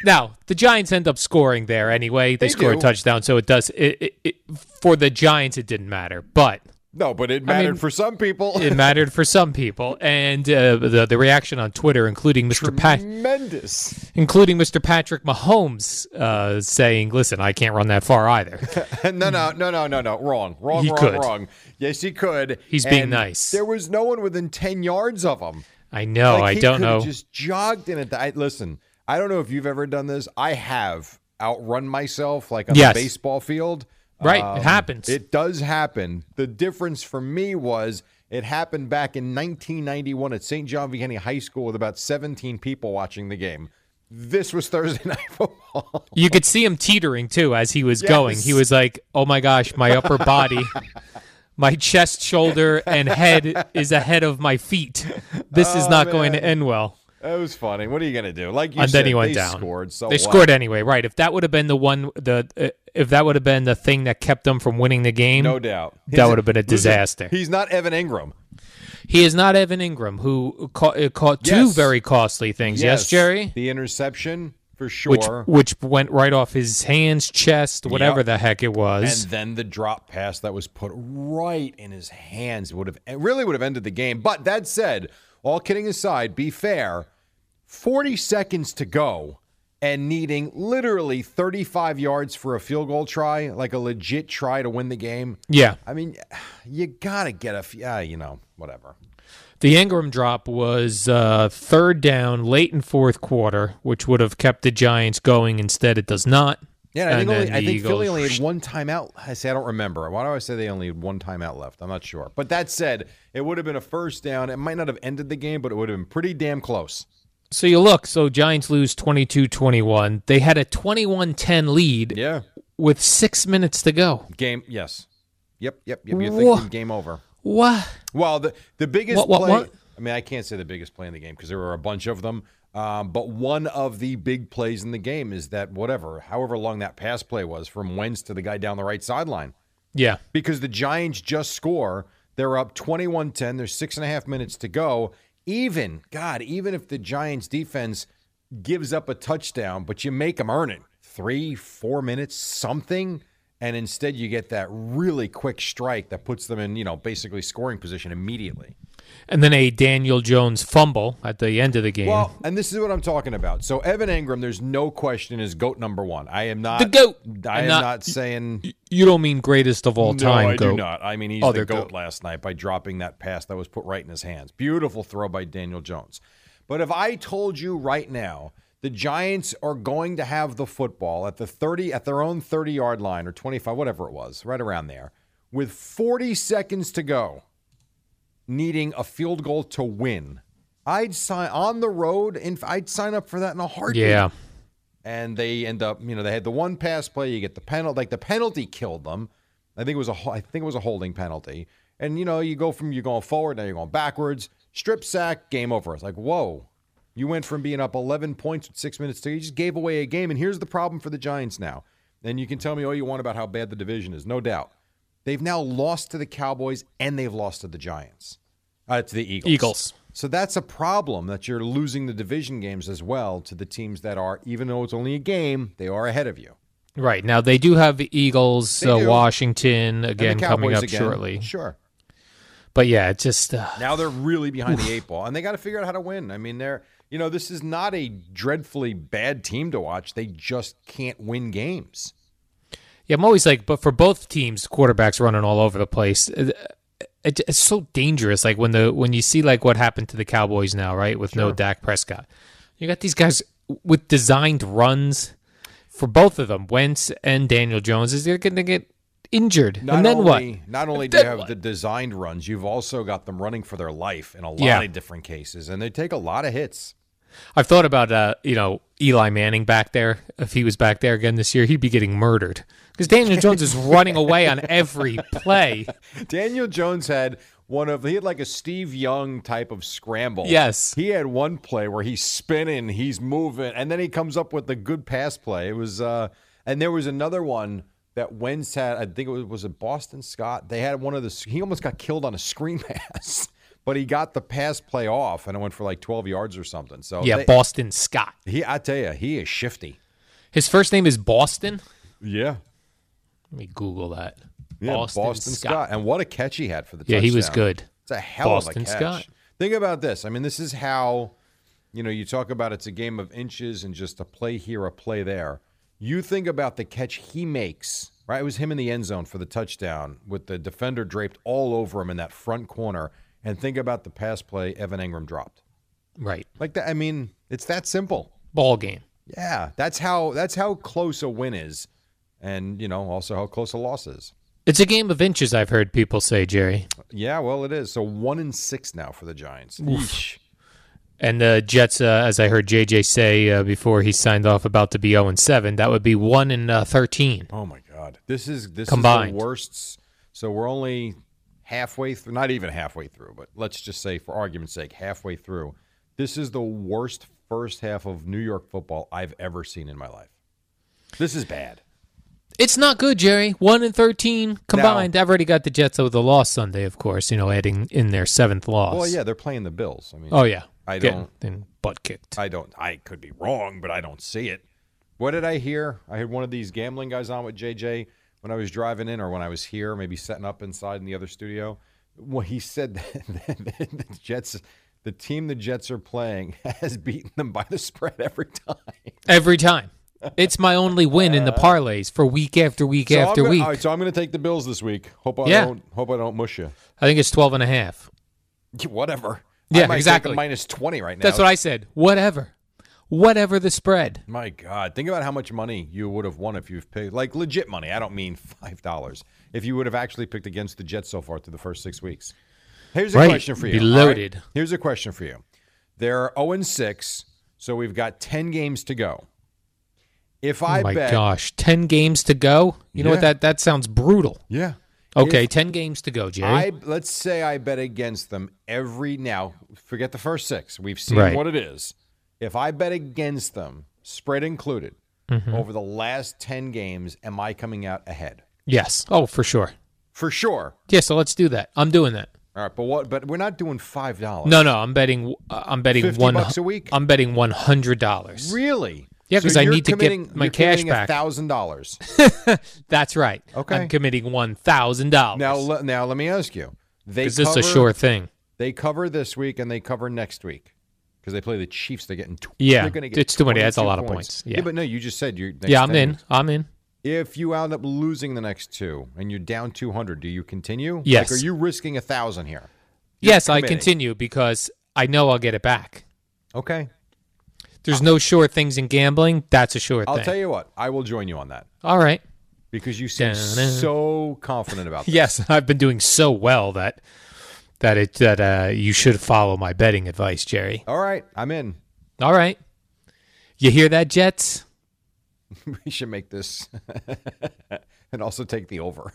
Speaker 2: now, the Giants end up scoring there anyway. They,
Speaker 1: They
Speaker 2: score
Speaker 1: do.
Speaker 2: a touchdown, so it does it, it, it for the Giants it didn't matter, but
Speaker 1: no, but it mattered for some people.
Speaker 2: it mattered for some people and uh, the the reaction on Twitter including Mr. Pat
Speaker 1: [LAUGHS] Tremendous. [LAUGHS]
Speaker 2: including Mr. Patrick Mahomes uh, saying, "Listen, I can't run that far
Speaker 1: [LAUGHS]
Speaker 2: either."
Speaker 1: no, no, no, no, no, no. Wrong. Wrong,
Speaker 2: He
Speaker 1: wrong,
Speaker 2: could.
Speaker 1: wrong. Yes, he could.
Speaker 2: He's being
Speaker 1: And
Speaker 2: nice.
Speaker 1: There was no one within 10 yards of him.
Speaker 2: I know,
Speaker 1: Like,
Speaker 2: Oh, I
Speaker 1: he
Speaker 2: don't
Speaker 1: could've
Speaker 2: know.
Speaker 1: Just jogged in it. I, listen, I don't know if you've ever done this. I have outrun myself like on
Speaker 2: Yes.
Speaker 1: the baseball field. Um,
Speaker 2: Right, it happens.
Speaker 1: It does happen. The difference for me was it happened back in 1991 at St. John Vianney High School with about 17 people watching the game. This was [LAUGHS] Thursday night football.
Speaker 2: You could see him teetering too as he was going.
Speaker 1: Yes.
Speaker 2: He was like, "Oh my gosh, my upper
Speaker 1: [LAUGHS]
Speaker 2: body, my chest, shoulder, and head is ahead of my feet. This is not going to end well."
Speaker 1: That was funny. What are you going to do? Like Oh, you
Speaker 2: and
Speaker 1: said,
Speaker 2: then he went
Speaker 1: they
Speaker 2: down.
Speaker 1: scored. So
Speaker 2: they
Speaker 1: what?
Speaker 2: scored anyway, right? If that would have been the one, the uh, if that would have been the thing that kept them from winning the game,
Speaker 1: No doubt.
Speaker 2: That would've been a
Speaker 1: listen,
Speaker 2: disaster.
Speaker 1: He's not Evan Ingram.
Speaker 2: He is not Evan Ingram, who caught, uh, caught two
Speaker 1: Yes.
Speaker 2: very costly things. Yes, Jerry.
Speaker 1: The interception for
Speaker 2: which,
Speaker 1: sure.
Speaker 2: which went right off his hands, chest, whatever the heck it
Speaker 1: and
Speaker 2: was.
Speaker 1: then the drop pass that was put right in his hands would have it really would have ended the game. But that said, all kidding aside, be fair. 40 seconds to go and needing literally 35 yards for a field goal try, like a legit try to win the game.
Speaker 2: yeah,
Speaker 1: I mean, [SIGHS] you got to get a f- yeah, you know, whatever.
Speaker 2: The Ingram drop was uh, third down late in fourth quarter, which would have kept the Giants going. Instead, it does not.
Speaker 1: Yeah, and
Speaker 2: And
Speaker 1: I think, only,
Speaker 2: then
Speaker 1: I
Speaker 2: the
Speaker 1: think Philly
Speaker 2: Eagles-
Speaker 1: only had one timeout. I say I don't remember. Why do I say they only had one timeout left? I'm not sure. But that said, it would have been a first down. It might not have ended the game, but it would have been pretty damn close.
Speaker 2: So you look, so Giants lose 22 21. They had a 21 10 lead
Speaker 1: Yeah.
Speaker 2: with six minutes to go.
Speaker 1: Game. Yes. Yep. Yep. Yep. You're
Speaker 2: Wha-
Speaker 1: thinking game over.
Speaker 2: What?
Speaker 1: Well, the the biggest
Speaker 2: What- what-
Speaker 1: play.
Speaker 2: what?
Speaker 1: I mean, I can't say the biggest play in the game because there were a bunch of them. Um, but one of the big plays in the game is that whatever, however long that pass play was from Wentz to the guy down the right sideline.
Speaker 2: Yeah.
Speaker 1: because the Giants just score. They're up 21 10. There's six and a half minutes to go. Even, God, even if the Giants defense gives up a touchdown, but you make them earn it three, four minutes, something. And instead, you get that really quick strike that puts them in, you know, basically scoring position immediately.
Speaker 2: And then a Daniel Jones fumble at the end of the game.
Speaker 1: Well, and this is what I'm talking about. So, Evan Ingram, there's no question, is GOAT number one. I am not
Speaker 2: The GOAT.
Speaker 1: I
Speaker 2: I'm
Speaker 1: am
Speaker 2: not-
Speaker 1: not, saying
Speaker 2: you don't mean greatest of all time,
Speaker 1: No, I
Speaker 2: Goat.
Speaker 1: do not. I mean, he's
Speaker 2: Other
Speaker 1: the goat,
Speaker 2: goat.
Speaker 1: last night by dropping that pass that was put right in his hands. Beautiful throw by Daniel Jones. But if I told you right now the Giants are going to have the football at the 30 at their own 30-yard line or 25 whatever it was, right around there, with 40 seconds to go, needing a field goal to win, I'd sign on the road and I'd sign up for that in a heartbeat
Speaker 2: Yeah.
Speaker 1: and they end up, you know, they had the one pass play, you get the penalty, like the penalty killed them. I think it was a, ho- I think it was a holding penalty, and you know, you go from you're going forward now you're going backwards, strip sack, game over. It's like whoa, you went from being up 11 points with six minutes to you just gave away a game, and here's the problem for the Giants now. And you can tell me all you want about how bad the division is, no doubt. They've now lost to the Cowboys and they've lost to the Giants. Uh, to the Eagles.
Speaker 2: Eagles.
Speaker 1: So that's a problem that you're losing the division games as well to the teams that are, even though it's only a game, they are ahead of you.
Speaker 2: Right. Now they do have the Eagles,
Speaker 1: They
Speaker 2: uh,
Speaker 1: do.
Speaker 2: Washington
Speaker 1: And the
Speaker 2: again coming
Speaker 1: Cowboys
Speaker 2: up
Speaker 1: again.
Speaker 2: shortly.
Speaker 1: Sure.
Speaker 2: But yeah, it's just uh,
Speaker 1: Now they're really behind the eight ball, and they got to figure out how to win. I mean, they're you know this is not a dreadfully bad team to watch. They just can't win games.
Speaker 2: yeah, I'm always like, but for both teams, quarterbacks running all over the place. uh, it- It's so dangerous. Like when the when you see like what happened to the Cowboys now, right? With no Dak Prescott, you got these guys with designed runs for both of them, Wentz and Daniel Jones. Is they're going to get injured,
Speaker 1: Not
Speaker 2: and then
Speaker 1: only,
Speaker 2: what?
Speaker 1: Not only do
Speaker 2: Then
Speaker 1: you have
Speaker 2: what?
Speaker 1: the designed runs, you've also got them running for their life in a lot
Speaker 2: Yeah.
Speaker 1: of different cases, and they take a lot of hits.
Speaker 2: I've thought about uh, you know Eli Manning back there. If he was back there again this year, he'd be getting murdered because Daniel Jones is running away on
Speaker 1: [LAUGHS]
Speaker 2: every play.
Speaker 1: Daniel Jones had one of he had like a Steve Young type of scramble.
Speaker 2: Yes.
Speaker 1: he had one play where he's spinning, he's moving, and then he comes up with a good pass play. It was, uh and there was another one that Wentz had. I think it was was it Boston Scott. They had one of the he almost got killed on a screen [LAUGHS] pass, but he got the pass play off, and it went for like twelve yards or something. So
Speaker 2: yeah,
Speaker 1: they-
Speaker 2: Boston Scott.
Speaker 1: he I tell you, he is shifty.
Speaker 2: His first name is Boston.
Speaker 1: Yeah.
Speaker 2: Let me Google that.
Speaker 1: Yeah, Boston, Scott. and what a catch he had for the
Speaker 2: Yeah, he was
Speaker 1: touchdown.
Speaker 2: good.
Speaker 1: It's a hell of
Speaker 2: Boston
Speaker 1: a catch.
Speaker 2: Scott.
Speaker 1: Think about this. I mean, this is how you know you talk about it's a game of inches and just a play here, a play there. You think about the catch he makes. Right, it was him in the end zone for the touchdown with the defender draped all over him in that front corner. And think about the pass play Evan Ingram dropped.
Speaker 2: Right.
Speaker 1: Like that. I mean, it's that simple.
Speaker 2: Ball game.
Speaker 1: Yeah, that's how that's how close a win is, and you know also how close a loss is.
Speaker 2: It's a game of inches. I've heard people say, Jerry.
Speaker 1: Yeah, well, it is. So one in six now for the Giants. Yeesh.
Speaker 2: And the Jets, uh, as I heard JJ say uh, before he signed off, about to be zero and seven. That would be one and uh, thirteen.
Speaker 1: Oh my God, this is this
Speaker 2: Combined.
Speaker 1: is the worst. So we're only halfway through, not even halfway through, but let's just say for argument's sake, halfway through. This is the worst first half of New York football I've ever seen in my life. This is bad.
Speaker 2: It's not good, Jerry. One and thirteen combined.
Speaker 1: No.
Speaker 2: I've already got the Jets with a loss Sunday, of course. You know, adding in their seventh loss.
Speaker 1: Well, yeah, they're playing the Bills. I mean,
Speaker 2: Oh yeah.
Speaker 1: I
Speaker 2: Getting-
Speaker 1: don't-
Speaker 2: Getting butt kicked.
Speaker 1: I don't. I could be wrong, but I don't see it. What did I hear? I heard one of these gambling guys on with JJ when I was driving in, or when I was here, maybe setting up inside in the other studio. Well, he said [LAUGHS] that the Jets, the team the Jets are playing, [LAUGHS] has beaten them by the spread every time.
Speaker 2: Every time. It's my only win in the parlays for week after week
Speaker 1: Uh, So I'm
Speaker 2: after
Speaker 1: gonna-
Speaker 2: week.
Speaker 1: all right, so I'm going to take the Bills this week. Hope I
Speaker 2: Yeah.
Speaker 1: don't. Hope I don't mush you.
Speaker 2: I think it's 12 and a half.
Speaker 1: [LAUGHS] Whatever. I
Speaker 2: Yeah,
Speaker 1: might take a
Speaker 2: exactly.
Speaker 1: minus twenty right now.
Speaker 2: That's what I said. Whatever. Whatever the spread.
Speaker 1: My God, think about how much money you would have won if you've picked like legit money. I don't mean [LAUGHS] five dollars. If you would have actually picked against the Jets so far through the first six weeks. Here's a
Speaker 2: Right.
Speaker 1: question for
Speaker 2: Be
Speaker 1: you. all right?
Speaker 2: loaded.
Speaker 1: Here's a question for you. They're zero and six, so we've got ten games to go. If I
Speaker 2: oh my
Speaker 1: bet,
Speaker 2: gosh. 10 games to go? You know what?
Speaker 1: Yeah.
Speaker 2: That that sounds brutal.
Speaker 1: yeah,
Speaker 2: Okay, 10 games to go, Jerry.
Speaker 1: I let's say I bet against them every now. Forget the first six. We've seen
Speaker 2: Right.
Speaker 1: what it is. If I bet against them, spread included,
Speaker 2: Mm-hmm.
Speaker 1: over the last ten games, am I coming out ahead?
Speaker 2: yes. Oh, for sure.
Speaker 1: For sure.
Speaker 2: Yeah, so let's do that. I'm doing that.
Speaker 1: All right, but what? But we're not doing five dollars.
Speaker 2: No, no, I'm betting uh, I'm betting
Speaker 1: 50
Speaker 2: one
Speaker 1: bucks a week?
Speaker 2: I'm betting $100.
Speaker 1: really.
Speaker 2: Yeah,
Speaker 1: So
Speaker 2: 'cause I
Speaker 1: you're
Speaker 2: need to get
Speaker 1: committing-
Speaker 2: my
Speaker 1: you're
Speaker 2: cash
Speaker 1: committing
Speaker 2: back.
Speaker 1: thousand dollars.
Speaker 2: That's right.
Speaker 1: Okay.
Speaker 2: I'm committing $1,000.
Speaker 1: Now, le- now let me ask you. They
Speaker 2: is this
Speaker 1: cover,
Speaker 2: a sure thing?
Speaker 1: They cover this week and they cover next week because they play the Chiefs. They're getting tw-
Speaker 2: Yeah,
Speaker 1: They're gonna get
Speaker 2: it's too many. That's a
Speaker 1: 22
Speaker 2: lot of points. Yeah.
Speaker 1: but no, you just said you're. next
Speaker 2: Yeah, I'm
Speaker 1: 10
Speaker 2: in.
Speaker 1: weeks.
Speaker 2: I'm in.
Speaker 1: If you end up losing the next two and you're down 200, do you continue?
Speaker 2: Yes.
Speaker 1: Like, are you risking a thousand here?
Speaker 2: Yes, I
Speaker 1: committing.
Speaker 2: continue because I know I'll get it back.
Speaker 1: Okay.
Speaker 2: There's no sure things in gambling. That's a sure
Speaker 1: Ah. I'll
Speaker 2: thing.
Speaker 1: tell you what. I will join you on that
Speaker 2: All right.
Speaker 1: because you seem
Speaker 2: Dun-dun.
Speaker 1: so
Speaker 2: [LAUGHS]
Speaker 1: confident about this.
Speaker 2: Yes, I've been doing so well that that it that uh, you should follow my betting advice, Jerry.
Speaker 1: All right, I'm in. [LAUGHS]
Speaker 2: All right. You hear that, Jets?
Speaker 1: We should make this [LAUGHS] and also take the over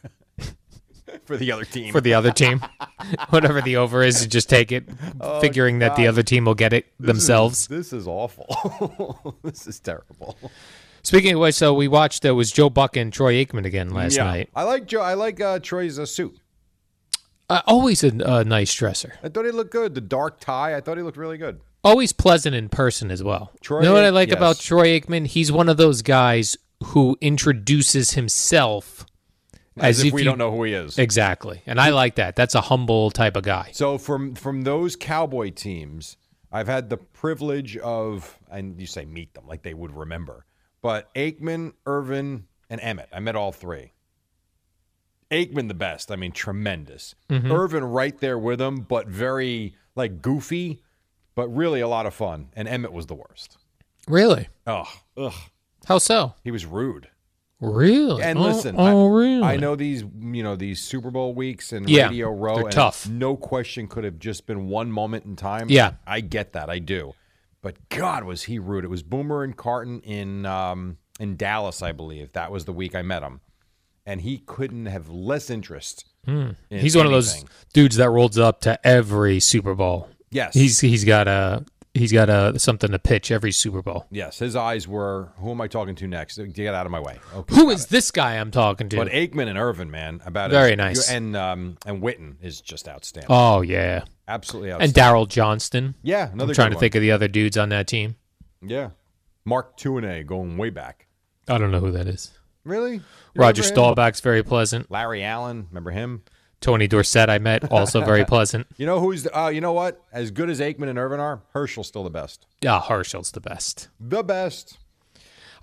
Speaker 1: [LAUGHS] for the other team. Oh,
Speaker 2: For the other team, [LAUGHS] whatever the over is, you just take it, figuring that the other team will get it themselves.
Speaker 1: This is awful. [LAUGHS] this is terrible.
Speaker 2: Speaking of which, so we watched uh, was Joe Buck and Troy Aikman again last night.
Speaker 1: I like Joe. I like uh, Troy's uh, suit.
Speaker 2: Uh, always a, a nice dresser.
Speaker 1: I thought he looked good. The dark tie. I thought he looked really good.
Speaker 2: Always pleasant in person as well.
Speaker 1: Troy
Speaker 2: you know what I
Speaker 1: Aikman-
Speaker 2: like
Speaker 1: yes.
Speaker 2: about Troy Aikman? He's one of those guys who introduces himself
Speaker 1: As,
Speaker 2: as,
Speaker 1: if, we
Speaker 2: you,
Speaker 1: don't know who he is.
Speaker 2: Exactly. And I like that. That's a humble type of guy.
Speaker 1: So from from those cowboy teams, I've had the privilege of, and you say meet them like they would remember, but Aikman, Irvin, and Emmett. I met all three. Aikman the best. I mean, tremendous. Irvin right there with him, but very like goofy, but really a lot of fun. And Emmett was the worst.
Speaker 2: Really?
Speaker 1: Oh, ugh,
Speaker 2: How so?
Speaker 1: he was rude.
Speaker 2: Really?
Speaker 1: And
Speaker 2: Oh-
Speaker 1: listen, I-
Speaker 2: oh, really?
Speaker 1: I know these, you know, these Super Bowl weeks and
Speaker 2: Yeah,
Speaker 1: Radio Row.
Speaker 2: they're
Speaker 1: and
Speaker 2: tough.
Speaker 1: No question could have just been one moment in time.
Speaker 2: Yeah.
Speaker 1: I get that. I do. But God, was he rude? It was Boomer and Carton in um, in Dallas, I believe. That was the week I met him, and he couldn't have less interest. in
Speaker 2: Hmm. He's one of those
Speaker 1: anything.
Speaker 2: dudes that rolls up to every Super Bowl.
Speaker 1: Yes,
Speaker 2: He's he's got a he's got a something to pitch every Super Bowl.
Speaker 1: yes. His eyes were. Who am I talking to next? Get out of my way. Okay,
Speaker 2: Who
Speaker 1: got
Speaker 2: is
Speaker 1: it.
Speaker 2: this guy I'm talking to?
Speaker 1: But Aikman and Irvin, man, about
Speaker 2: Very
Speaker 1: as-
Speaker 2: nice.
Speaker 1: And um, and Witten is just outstanding.
Speaker 2: oh yeah,
Speaker 1: Absolutely
Speaker 2: and
Speaker 1: outstanding.
Speaker 2: Daryl Johnston.
Speaker 1: yeah, another
Speaker 2: I'm trying
Speaker 1: good
Speaker 2: to
Speaker 1: one.
Speaker 2: think of the other dudes on that team.
Speaker 1: Yeah. Mark Tooney going way back.
Speaker 2: I don't know who that is.
Speaker 1: Really? You
Speaker 2: Roger
Speaker 1: remember him?
Speaker 2: Staubach's very pleasant.
Speaker 1: Larry Allen, remember him?
Speaker 2: Tony Dorsett I met also very [LAUGHS] pleasant.
Speaker 1: You know who's uh, you know what? As good as Aikman and Irvin are, Herschel's still the best.
Speaker 2: Yeah, Ah, Herschel's the best.
Speaker 1: The best.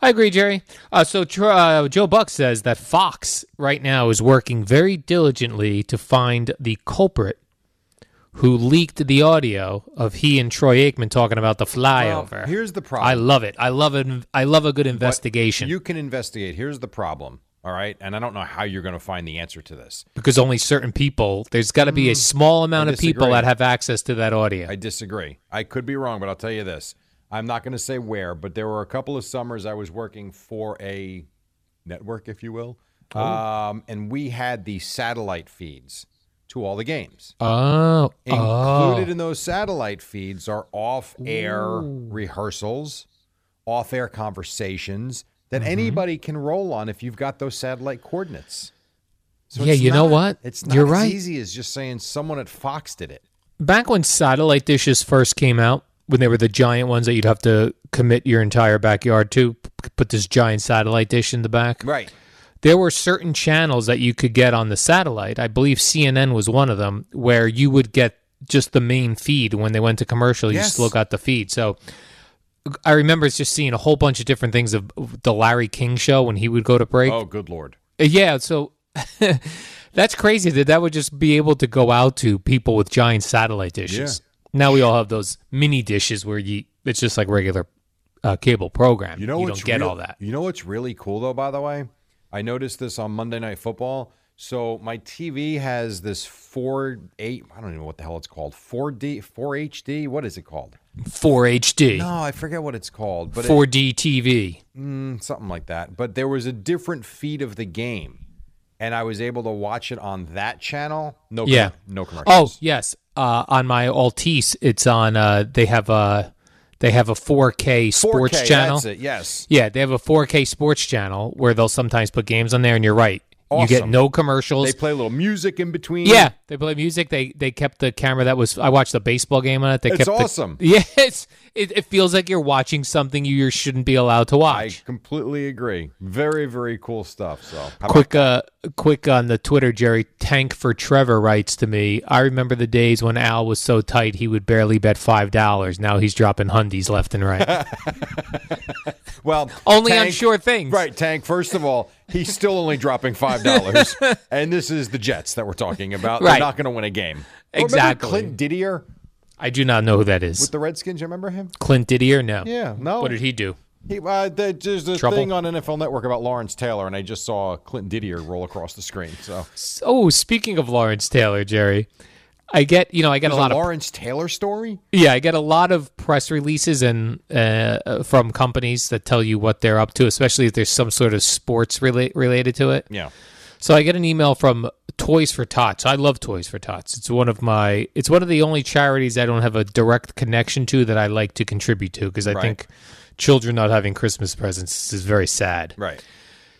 Speaker 2: I agree, Jerry. Uh, so tr- uh, Joe Buck says that Fox right now is working very diligently to find the culprit who leaked the audio of he and Troy Aikman talking about the flyover.
Speaker 1: Well, here's the problem.
Speaker 2: I love it. I love it. I love a good investigation
Speaker 1: You can investigate. Here's the problem. All right. And I don't know how you're gonna find the answer to this.
Speaker 2: because only certain people. There's got to be a small amount of people
Speaker 1: Mm. disagree.
Speaker 2: that have access to that audio.
Speaker 1: I disagree. I could be wrong, but I'll tell you this. I'm not going to say where, but there were a couple of summers I was working for a network, if you will.
Speaker 2: Oh.
Speaker 1: Um, and we had the satellite feeds to all the games.
Speaker 2: oh,
Speaker 1: Included in those satellite feeds are off air rehearsals, off air conversations that
Speaker 2: Mm-hmm.
Speaker 1: anybody can roll on if you've got those satellite coordinates.
Speaker 2: Yeah,
Speaker 1: it's
Speaker 2: you know
Speaker 1: not-
Speaker 2: what?
Speaker 1: It's not
Speaker 2: You're
Speaker 1: as
Speaker 2: right.
Speaker 1: easy as just saying someone at Fox did it.
Speaker 2: back when satellite dishes first came out, when they were the giant ones that you'd have to commit your entire backyard to, p- put this giant satellite dish in the back.
Speaker 1: Right.
Speaker 2: There were certain channels that you could get on the satellite. I believe CNN was one of them, where you would get just the main feed. When they went to commercial, you
Speaker 1: Yes.
Speaker 2: still got the feed. So I remember just seeing a whole bunch of different things of the Larry King show when he would go to break.
Speaker 1: Oh, good Lord.
Speaker 2: Uh, Yeah, so [LAUGHS] that's crazy that that would just be able to go out to people with giant satellite dishes. Now we all have those mini dishes where you it's just like regular uh, cable program.
Speaker 1: You know
Speaker 2: you
Speaker 1: what's
Speaker 2: don't get
Speaker 1: real-
Speaker 2: all that.
Speaker 1: You know what's really cool though, by the way? I noticed this on Monday Night Football. So my TV has this four eight I don't even know what the hell it's called. Four D four HD. What is it called?
Speaker 2: 4HD,
Speaker 1: No, I forget what it's called, but it-
Speaker 2: 4D TV.
Speaker 1: mm, something like that. But there was a different feed of the game. And I was able to watch it on that channel. No,
Speaker 2: Yeah.
Speaker 1: com- no
Speaker 2: Oh
Speaker 1: commercials.
Speaker 2: yes, uh, on my Altice, it's on. Uh, they have a they have a 4K sports
Speaker 1: 4K,
Speaker 2: channel.
Speaker 1: That's it. Yes,
Speaker 2: Yeah, they have a 4K sports channel where they'll sometimes put games on there, and you're right. You get
Speaker 1: Awesome.
Speaker 2: no commercials.
Speaker 1: they play a little music in between.
Speaker 2: Yeah, they play music. They they kept the camera that was. I watched the baseball game on it. They
Speaker 1: It's
Speaker 2: kept the-
Speaker 1: awesome.
Speaker 2: [LAUGHS] Yeah, it's it, it feels like you're watching something you shouldn't be allowed to
Speaker 1: I
Speaker 2: watch.
Speaker 1: completely agree. Very, very cool stuff. So how about
Speaker 2: quick, uh, quick on the Twitter. Jerry Tank for Trevor writes to me. I remember the days when Al was so tight he would barely bet five dollars. Now he's dropping hundies left and
Speaker 1: [LAUGHS]
Speaker 2: right.
Speaker 1: Well,
Speaker 2: Only on
Speaker 1: Tank-
Speaker 2: sure things.
Speaker 1: Right, Tank. First of all, he's still only dropping
Speaker 2: [LAUGHS]
Speaker 1: five dollars, and this is the Jets that we're talking about.
Speaker 2: Right.
Speaker 1: They're not going to win a game.
Speaker 2: Exactly.
Speaker 1: Or remember Clint Didier
Speaker 2: I do not know who that is.
Speaker 1: with the Redskins. You remember him?
Speaker 2: Clint Didier? No.
Speaker 1: Yeah. No.
Speaker 2: What did he do?
Speaker 1: He, uh, there- there's a
Speaker 2: Trouble?
Speaker 1: thing on NFL Network about Lawrence Taylor, and I just saw Clint Didier roll across the screen. So
Speaker 2: Oh, speaking of Lawrence Taylor, Jerry, I get you know I get
Speaker 1: there's
Speaker 2: a lot of
Speaker 1: Lawrence Taylor story.
Speaker 2: Yeah, I get a lot of press releases and uh, from companies that tell you what they're up to, especially if there's some sort of sports rela- related to it.
Speaker 1: Yeah.
Speaker 2: So I get an email from Toys for Tots. I love Toys for Tots. It's one of my it's one of the only charities I don't have a direct connection to that I like to contribute to because I
Speaker 1: Right.
Speaker 2: think children not having Christmas presents is very sad.
Speaker 1: Right.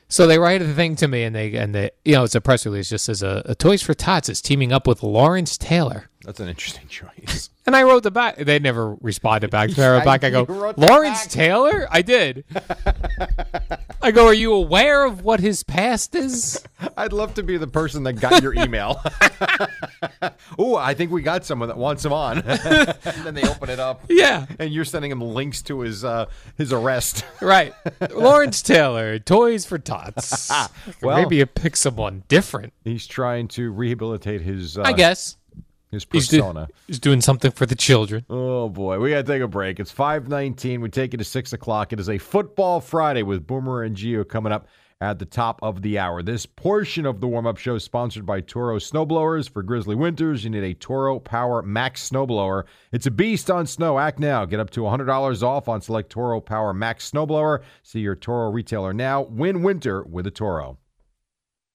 Speaker 2: So they write the thing to me, and they and they you know it's a press release. It just says a, a Toys for Tots is teaming up with Lawrence Taylor.
Speaker 1: That's an interesting choice.
Speaker 2: And I wrote the back. They never responded back to me. I
Speaker 1: [LAUGHS]
Speaker 2: wrote back. I go,
Speaker 1: You wrote the
Speaker 2: Lawrence
Speaker 1: back."
Speaker 2: Taylor. I
Speaker 1: [LAUGHS]
Speaker 2: did. I go, are you aware of what his past is?
Speaker 1: [LAUGHS] I'd love to be the person that got your email. [LAUGHS] oh, I think we got someone that wants him on. [LAUGHS] and then they open it up,
Speaker 2: Yeah,
Speaker 1: and you're sending him links to his uh, his arrest. [LAUGHS]
Speaker 2: right. Lawrence Taylor, Toys for Tots.
Speaker 1: [LAUGHS] Well-
Speaker 2: maybe you pick someone different.
Speaker 1: He's trying to rehabilitate his uh,
Speaker 2: I guess
Speaker 1: his
Speaker 2: he's, do-
Speaker 1: persona.
Speaker 2: he's doing something for the children.
Speaker 1: Oh boy, we gotta take a break. It's five nineteen. We take it to six o'clock. It is a football Friday with Boomer and Geo coming up at the top of the hour. This portion of the warm up show is sponsored by Toro Snowblowers for Grizzly Winters. You need a Toro Power Max snowblower. It's a beast on snow. Act now. Get up to hundred dollars off on select Toro Power Max snowblower. See your Toro retailer now. Win winter with a Toro.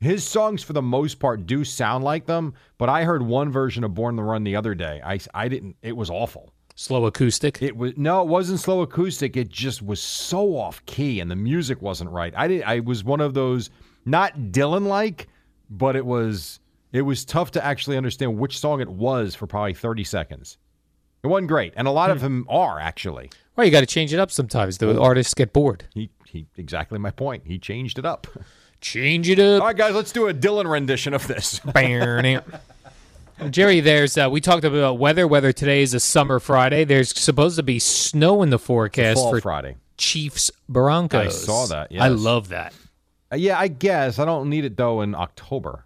Speaker 1: His songs, for the most part, do sound like them, but I heard one version of "Born to Run" the other day. I I didn't. It was awful.
Speaker 2: Slow acoustic.
Speaker 1: It was no, it wasn't slow acoustic. It just was so off key, and the music wasn't right. I did. I was one of those not Dylan like, but it was it was tough to actually understand which song it was for probably thirty seconds. It wasn't great, and a lot of them are actually.
Speaker 2: Well, you got to change it up sometimes. The artists get bored.
Speaker 1: He, he exactly my point. He changed it up.
Speaker 2: Change it up.
Speaker 1: [LAUGHS] All right, guys, let's do a Dylan rendition of this.
Speaker 2: Jerry, there's uh, we talked about weather. Weather today is a summer Friday. There's supposed to be snow in the forecast
Speaker 1: Fall
Speaker 2: for
Speaker 1: Friday.
Speaker 2: Chiefs Broncos.
Speaker 1: I saw that,
Speaker 2: I
Speaker 1: yes.
Speaker 2: love that.
Speaker 1: Uh, yeah, I guess I don't need it though in October.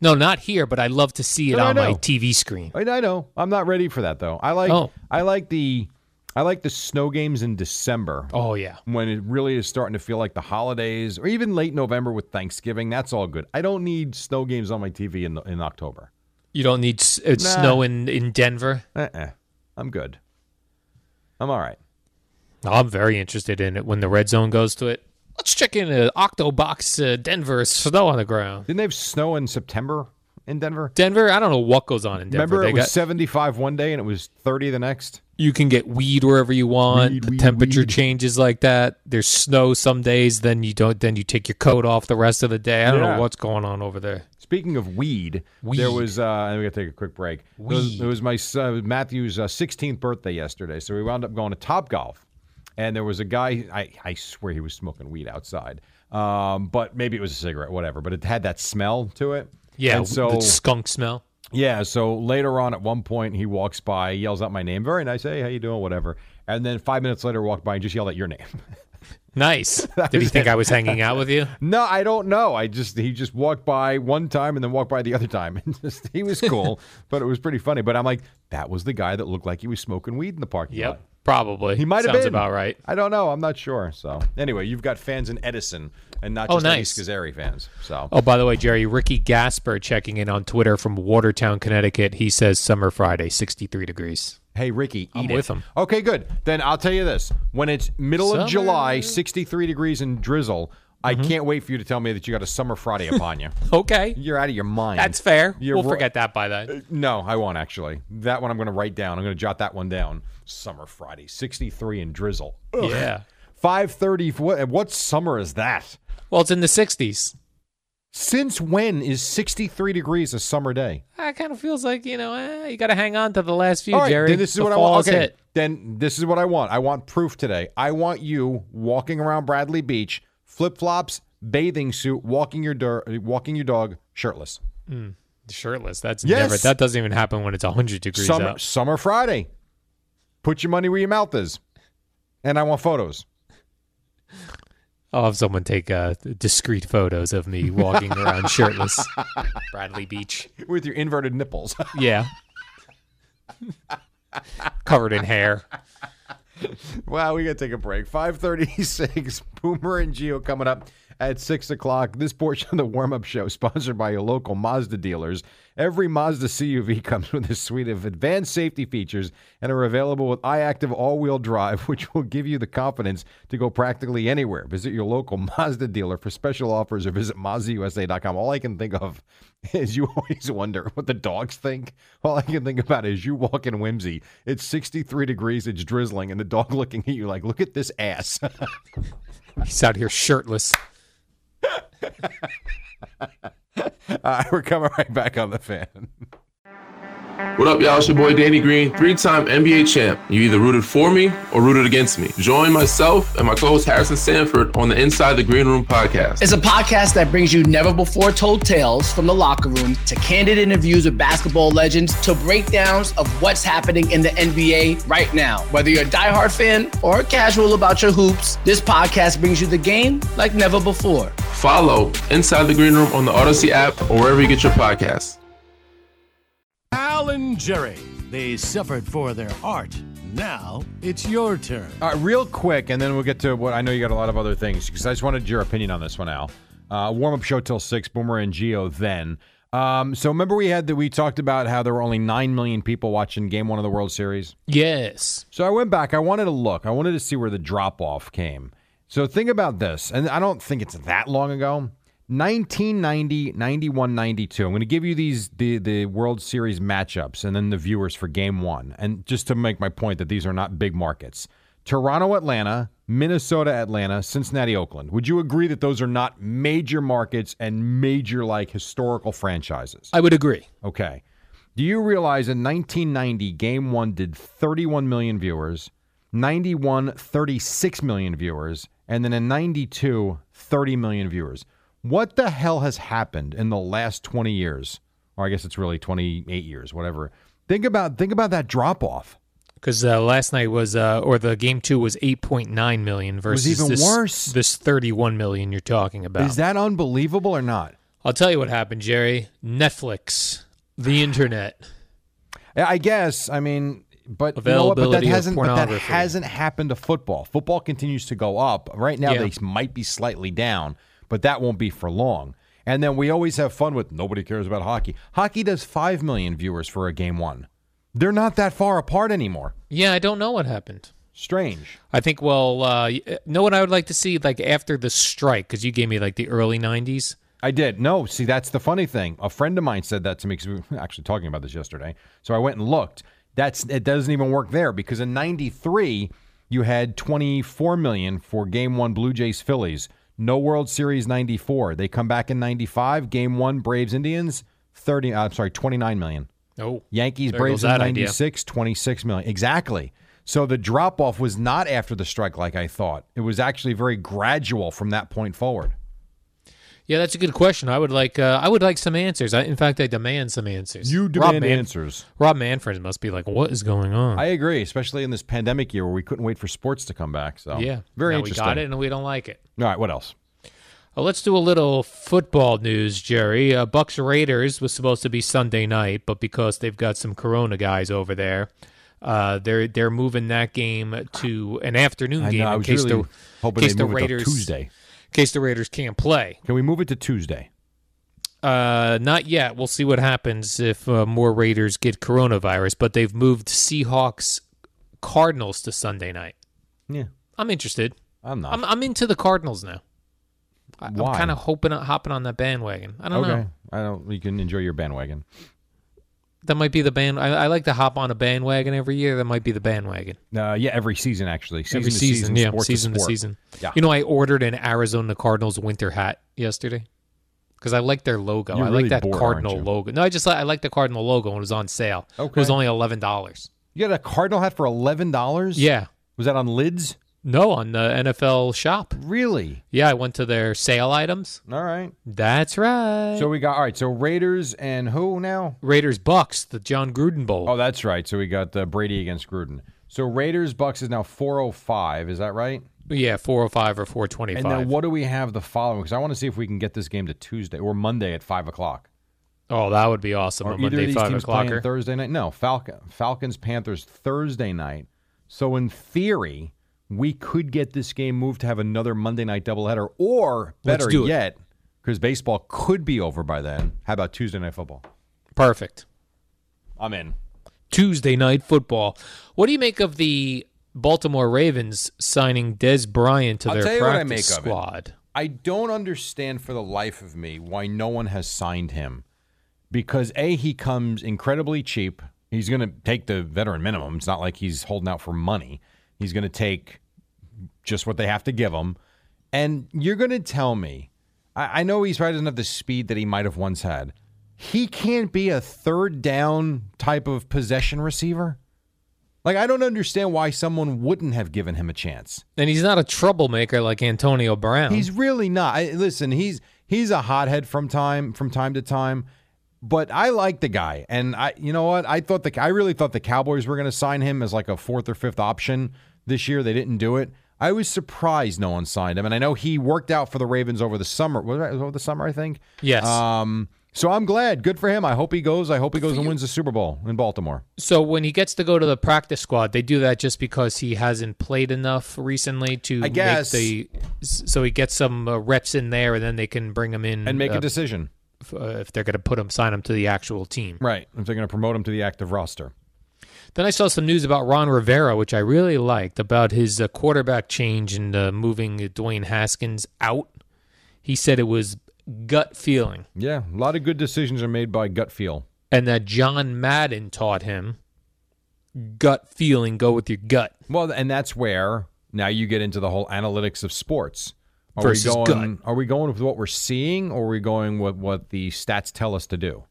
Speaker 2: No, not here, but I love to see it
Speaker 1: No, no,
Speaker 2: on my
Speaker 1: no.
Speaker 2: TV screen.
Speaker 1: I, I know. I'm not ready for that though. I like
Speaker 2: Oh.
Speaker 1: I like the I like the snow games in December.
Speaker 2: Oh yeah.
Speaker 1: When it really is starting to feel like the holidays or even late November with Thanksgiving, that's all good. I don't need snow games on my TV in in October.
Speaker 2: You don't need s- uh, snow in, in Denver.
Speaker 1: Uh-uh. I'm good. I'm all right.
Speaker 2: I'm very interested in it when the red zone goes to it. Let's check in uh, Octobox uh, Denver snow on the ground.
Speaker 1: Didn't they have snow in September in Denver?
Speaker 2: Denver, I don't know what goes on in Denver.
Speaker 1: Remember
Speaker 2: they
Speaker 1: it was
Speaker 2: got,
Speaker 1: 75 one day and it was 30 the next?
Speaker 2: you can get weed wherever you want.
Speaker 1: Weed,
Speaker 2: the
Speaker 1: weed,
Speaker 2: temperature
Speaker 1: weed.
Speaker 2: changes like that. There's snow some days, then you don't then you take your coat off the rest of the day. I don't
Speaker 1: Yeah.
Speaker 2: know what's going on over there.
Speaker 1: Speaking of weed, there was. Uh, and we got to take a quick break. It was,
Speaker 2: Weed.
Speaker 1: it was my son, Matthew's uh, 16th birthday yesterday, so we wound up going to Top Golf, and there was a guy. I, I swear he was smoking weed outside, um, but maybe it was a cigarette, whatever. But it had that smell to it.
Speaker 2: Yeah,
Speaker 1: And so
Speaker 2: the skunk smell.
Speaker 1: yeah, so later on, at one point, he walks by, yells out my name, very nice, hey, how you doing, whatever. And then five minutes later, walked by and just yelled out your name. [LAUGHS]
Speaker 2: Nice. Did he
Speaker 1: was
Speaker 2: think
Speaker 1: it.
Speaker 2: I was hanging out with you?
Speaker 1: [LAUGHS] No, I don't know. I just he just walked by one time and then walked by the other time, [LAUGHS] and just he
Speaker 2: [LAUGHS]
Speaker 1: was cool, but it was pretty funny. But I'm like, that was the guy that looked like he was smoking weed in the parking
Speaker 2: Yep,
Speaker 1: lot.
Speaker 2: probably.
Speaker 1: He might have
Speaker 2: Sounds
Speaker 1: been
Speaker 2: about right.
Speaker 1: I don't know. I'm not sure. So anyway, you've got fans in Edison and not
Speaker 2: Oh,
Speaker 1: just Eddie
Speaker 2: nice.
Speaker 1: Scazzeri fans. So
Speaker 2: Oh, by the way, Jerry, Ricky Gasper checking in on Twitter from Watertown, Connecticut. He says summer Friday, 63 degrees.
Speaker 1: hey, Ricky, eat
Speaker 2: I'm
Speaker 1: it.
Speaker 2: with him.
Speaker 1: Okay, good. Then I'll tell you this: when it's middle
Speaker 2: Summer. Mm-hmm.
Speaker 1: of July, 63 degrees and drizzle. I can't wait for you to tell me that you got a summer Friday upon you. [LAUGHS]
Speaker 2: Okay.
Speaker 1: You're out of your mind.
Speaker 2: That's fair.
Speaker 1: You're
Speaker 2: we'll
Speaker 1: ro-
Speaker 2: forget that by then.
Speaker 1: No, I won't actually. That one I'm going to write down. I'm going to jot that one down. Summer Friday, 63 and drizzle. Ugh.
Speaker 2: Yeah.
Speaker 1: 5:30 for what what summer is that?
Speaker 2: Well, it's in the 60s.
Speaker 1: Since when is 63 degrees a summer day?
Speaker 2: Ah, It kind of feels like, you know, eh, you got to hang on to the last few,
Speaker 1: All right,
Speaker 2: Jerry.
Speaker 1: then this is
Speaker 2: The
Speaker 1: what I
Speaker 2: fall
Speaker 1: want.
Speaker 2: is
Speaker 1: Okay.
Speaker 2: hit.
Speaker 1: Then this is what I want. I want proof today. I want you walking around Bradley Beach, flip-flops, bathing suit, walking your dir- walking your dog shirtless.
Speaker 2: Shirtless. That's
Speaker 1: Yes.
Speaker 2: never, that doesn't even happen when it's 100 degrees
Speaker 1: Summer
Speaker 2: out.
Speaker 1: Summer Friday. Put your money where your mouth is. And I want photos.
Speaker 2: I'll have someone take uh, discreet photos of me walking
Speaker 1: [LAUGHS]
Speaker 2: around shirtless. Bradley Beach.
Speaker 1: with your inverted nipples.
Speaker 2: Yeah. Covered in hair.
Speaker 1: [LAUGHS] wow, we gotta take a break. Five thirty-six. [LAUGHS] Boomer and Geo coming up at six o'clock. This portion of the warm-up show sponsored by your local Mazda dealers. Every Mazda CUV [LAUGHS] comes with a suite of advanced safety features and are available with iActive all-wheel drive, [LAUGHS] which will give you the confidence to go practically anywhere. Visit your local Mazda dealer for special offers or visit MazdaUSA.com. All I can think of [LAUGHS] is you always wonder what the dogs think. All I can think about is you walk in whimsy. It's 63 degrees, it's drizzling, and the dog [LAUGHS] looking at you like, look at this ass. [LAUGHS]
Speaker 2: He's out here shirtless.
Speaker 1: Uh, we're coming right back on the fan.
Speaker 6: What up, y'all? It's your boy Danny Green, three time NBA champ. You either rooted for me or rooted against me. Join myself and my co host Harrison Sanford on the Inside the Green Room podcast.
Speaker 7: It's a podcast that brings you never before told tales from the locker room to candid interviews with basketball legends to breakdowns of what's happening in the NBA right now. Whether you're a diehard fan or casual about your hoops, this podcast brings you the game like never before.
Speaker 6: Follow Inside the Green Room on the Odyssey app or wherever you get your podcasts.
Speaker 8: Al and Jerry, they suffered for their art. Now it's your turn.
Speaker 1: [LAUGHS] All right, real quick, and then we'll get to what I know you got a lot of other things because I just wanted your opinion on this one, Al. Uh, warm up show till six, Boomer and Geo then. Um, so remember we had that we talked about how there were only nine million people watching Game One of the World Series.
Speaker 2: Yes.
Speaker 1: So I went back. I wanted to look. I wanted to see where the drop off came. So think about this, and I don't think it's that long ago. 1990, 91, 92. I'm going to give you these the the World Series matchups and then the viewers for game 1. And just to make my point that these are not big markets. Toronto, Atlanta, Minnesota, Atlanta, Cincinnati, Oakland. Would you agree that those are not major markets and major like historical franchises?
Speaker 2: I would agree.
Speaker 1: Okay. Do you realize in 1990 game 1 did 31 million viewers, 91 36 million viewers, and then in 92 30 million viewers. What the hell has happened in the last 20 years? Or I guess it's really 28 years, whatever. Think about think about that drop off.
Speaker 2: Because uh, last night was, uh, or the game two was 8.9 million versus
Speaker 1: even
Speaker 2: this,
Speaker 1: worse.
Speaker 2: this 31 million you're talking about.
Speaker 1: Is that unbelievable or not?
Speaker 2: I'll tell you what happened, Jerry. Netflix, the internet.
Speaker 1: I I guess. I mean, but you know what? But that
Speaker 2: Availability of
Speaker 1: hasn't. But that
Speaker 2: pornography.
Speaker 1: hasn't happened to football. Football continues to go up. Right now,
Speaker 2: Yeah.
Speaker 1: they might be slightly down, but that won't be for long. And then we always have fun with nobody cares about hockey. Hockey does five million viewers for a game one. They're not that far apart anymore.
Speaker 2: Yeah, I don't know what happened.
Speaker 1: Strange.
Speaker 2: I think. Well, uh, y- know what I would like to see, like after the strike, because you gave me like the early '90s.
Speaker 1: I did. No, see, that's the funny thing. A friend of mine said that to me because we were [LAUGHS] actually talking about this yesterday. So I went and looked. That's it doesn't even work there because in '93 you had 24 million for Game One Blue Jays Phillies. No World Series '94. They come back in '95. Game One Braves Indians 30. I'm sorry, 29 million.
Speaker 2: Oh,
Speaker 1: Yankees
Speaker 2: there
Speaker 1: Braves
Speaker 2: goes
Speaker 1: in
Speaker 2: that idea.
Speaker 1: 96, 26 million. Exactly. So the drop off was not after the strike like I thought. It was actually very gradual from that point forward.
Speaker 2: Yeah, that's a good question. I would like. Uh, I would like some answers. I, in fact, I demand some answers.
Speaker 1: You
Speaker 2: Rob
Speaker 1: demand
Speaker 2: Man-
Speaker 1: answers.
Speaker 2: Rob Manfred must be like, "What is going on?"
Speaker 1: I agree, especially in this pandemic year where we couldn't wait for sports to come back. So
Speaker 2: yeah,
Speaker 1: very
Speaker 2: now
Speaker 1: interesting.
Speaker 2: We got it, and we don't like it.
Speaker 1: All right, what else?
Speaker 2: Uh, let's do a little football news, Jerry. Uh, Bucks Raiders was supposed to be Sunday night, but because they've got some Corona guys over there, uh, they're they're moving that game to an afternoon
Speaker 1: I
Speaker 2: game
Speaker 1: know, I
Speaker 2: in
Speaker 1: was
Speaker 2: case
Speaker 1: really
Speaker 2: the
Speaker 1: hoping
Speaker 2: in case
Speaker 1: they
Speaker 2: the
Speaker 1: move it to
Speaker 2: Raiders
Speaker 1: Tuesday.
Speaker 2: in case the Raiders can't play.
Speaker 1: Can we move it to Tuesday?
Speaker 2: Uh, not yet. We'll see what happens if uh, more Raiders get coronavirus. But they've moved Seahawks Cardinals to Sunday night.
Speaker 1: Yeah,
Speaker 2: I'm interested.
Speaker 1: I'm not.
Speaker 2: I'm, I'm into the Cardinals now. I,
Speaker 1: Why?
Speaker 2: I'm kind of hoping hopping on that bandwagon. I don't
Speaker 1: okay.
Speaker 2: know.
Speaker 1: I don't. You can enjoy your bandwagon.
Speaker 2: That might be the band. I, I like to hop on a bandwagon every year. That might be the bandwagon.
Speaker 1: Uh, yeah, every season actually. Season
Speaker 2: every
Speaker 1: to
Speaker 2: season,
Speaker 1: season,
Speaker 2: yeah,
Speaker 1: sport to
Speaker 2: season to,
Speaker 1: sport.
Speaker 2: season.
Speaker 1: Yeah.
Speaker 2: You know, I ordered an Arizona Cardinals winter hat yesterday because I like their logo.
Speaker 1: You're
Speaker 2: I
Speaker 1: really
Speaker 2: like that
Speaker 1: bored, aren't
Speaker 2: Cardinal
Speaker 1: you?
Speaker 2: logo. No, I just like, I like the Cardinal logo when it was on sale. It was
Speaker 1: Okay.
Speaker 2: only eleven dollars.
Speaker 1: You got a cardinal hat for eleven dollars.
Speaker 2: Yeah.
Speaker 1: Was that on lids?
Speaker 2: No, on the NFL shop.
Speaker 1: Really?
Speaker 2: Yeah, I went to their sale items.
Speaker 1: All right.
Speaker 2: That's right.
Speaker 1: So we got all right. So Raiders and who now?
Speaker 2: Raiders Bucks, the John Gruden Bowl.
Speaker 1: Oh, that's right. So we got uh, Brady against Gruden. So Raiders Bucks is now four oh five. Is that right?
Speaker 2: yeah, four hundred five or four twenty
Speaker 1: And then
Speaker 2: five.
Speaker 1: what do we have the following? Because I want to see if we can get this game to Tuesday or Monday at five o'clock.
Speaker 2: Oh, that would be awesome.
Speaker 1: Are
Speaker 2: a
Speaker 1: either
Speaker 2: Monday
Speaker 1: of these
Speaker 2: five
Speaker 1: teams playing
Speaker 2: o'clocker.
Speaker 1: Thursday night? No, Falcon, Falcons Panthers Thursday night. So in theory, we could get this game moved to have another Monday night doubleheader, or
Speaker 2: Let's
Speaker 1: better
Speaker 2: do it.
Speaker 1: yet, because baseball could be over by then. How about Tuesday night football?
Speaker 2: Perfect.
Speaker 1: I'm in.
Speaker 2: Tuesday night football. What do you make of the Baltimore Ravens signing Des Bryant to
Speaker 1: I'll
Speaker 2: their
Speaker 1: tell you what I
Speaker 2: practice
Speaker 1: make of it.
Speaker 2: squad?
Speaker 1: I don't understand for the life of me why no one has signed him. Because A, he comes incredibly cheap. He's going to take the veteran minimum. It's not like he's holding out for money. He's going to take just what they have to give him. And you're going to tell me, I, I know he's probably doesn't have the speed that he might have once had. He can't be a third down type of possession receiver. Like, I don't understand why someone wouldn't have given him a chance.
Speaker 2: And he's not a troublemaker like Antonio Brown.
Speaker 1: He's really not. I, listen, he's he's a hothead from time from time to time, but I like the guy, and I you know what I thought the I really thought the Cowboys were going to sign him as like a fourth or fifth option this year. They didn't do it. I was surprised no one signed him, and I know he worked out for the Ravens over the summer. Was it over the summer? I think.
Speaker 2: Yes.
Speaker 1: Um. So I'm glad. Good for him. I hope he goes. I hope he goes and wins the Super Bowl in Baltimore.
Speaker 2: so when he gets to go to the practice squad, they do that just because he hasn't played enough recently to
Speaker 1: I guess.
Speaker 2: make the so he gets some uh, reps in there and then they can bring him in
Speaker 1: And make
Speaker 2: uh,
Speaker 1: a decision.
Speaker 2: if, uh, if they're going to put him sign him to the actual team.
Speaker 1: Right. If they're going to promote him to the active roster.
Speaker 2: Then I saw some news about Ron Rivera, which I really liked, about his uh, quarterback change and uh, moving Dwayne Haskins out. He said it was gut feeling.
Speaker 1: Yeah, a lot of good decisions are made by gut feel.
Speaker 2: And that John Madden taught him gut feeling, go with your gut.
Speaker 1: Well, and that's where now you get into the whole analytics of sports. Are
Speaker 2: Versus
Speaker 1: we
Speaker 2: gut.
Speaker 1: going, Are we going with what we're seeing, or are we going with what the stats tell us to do?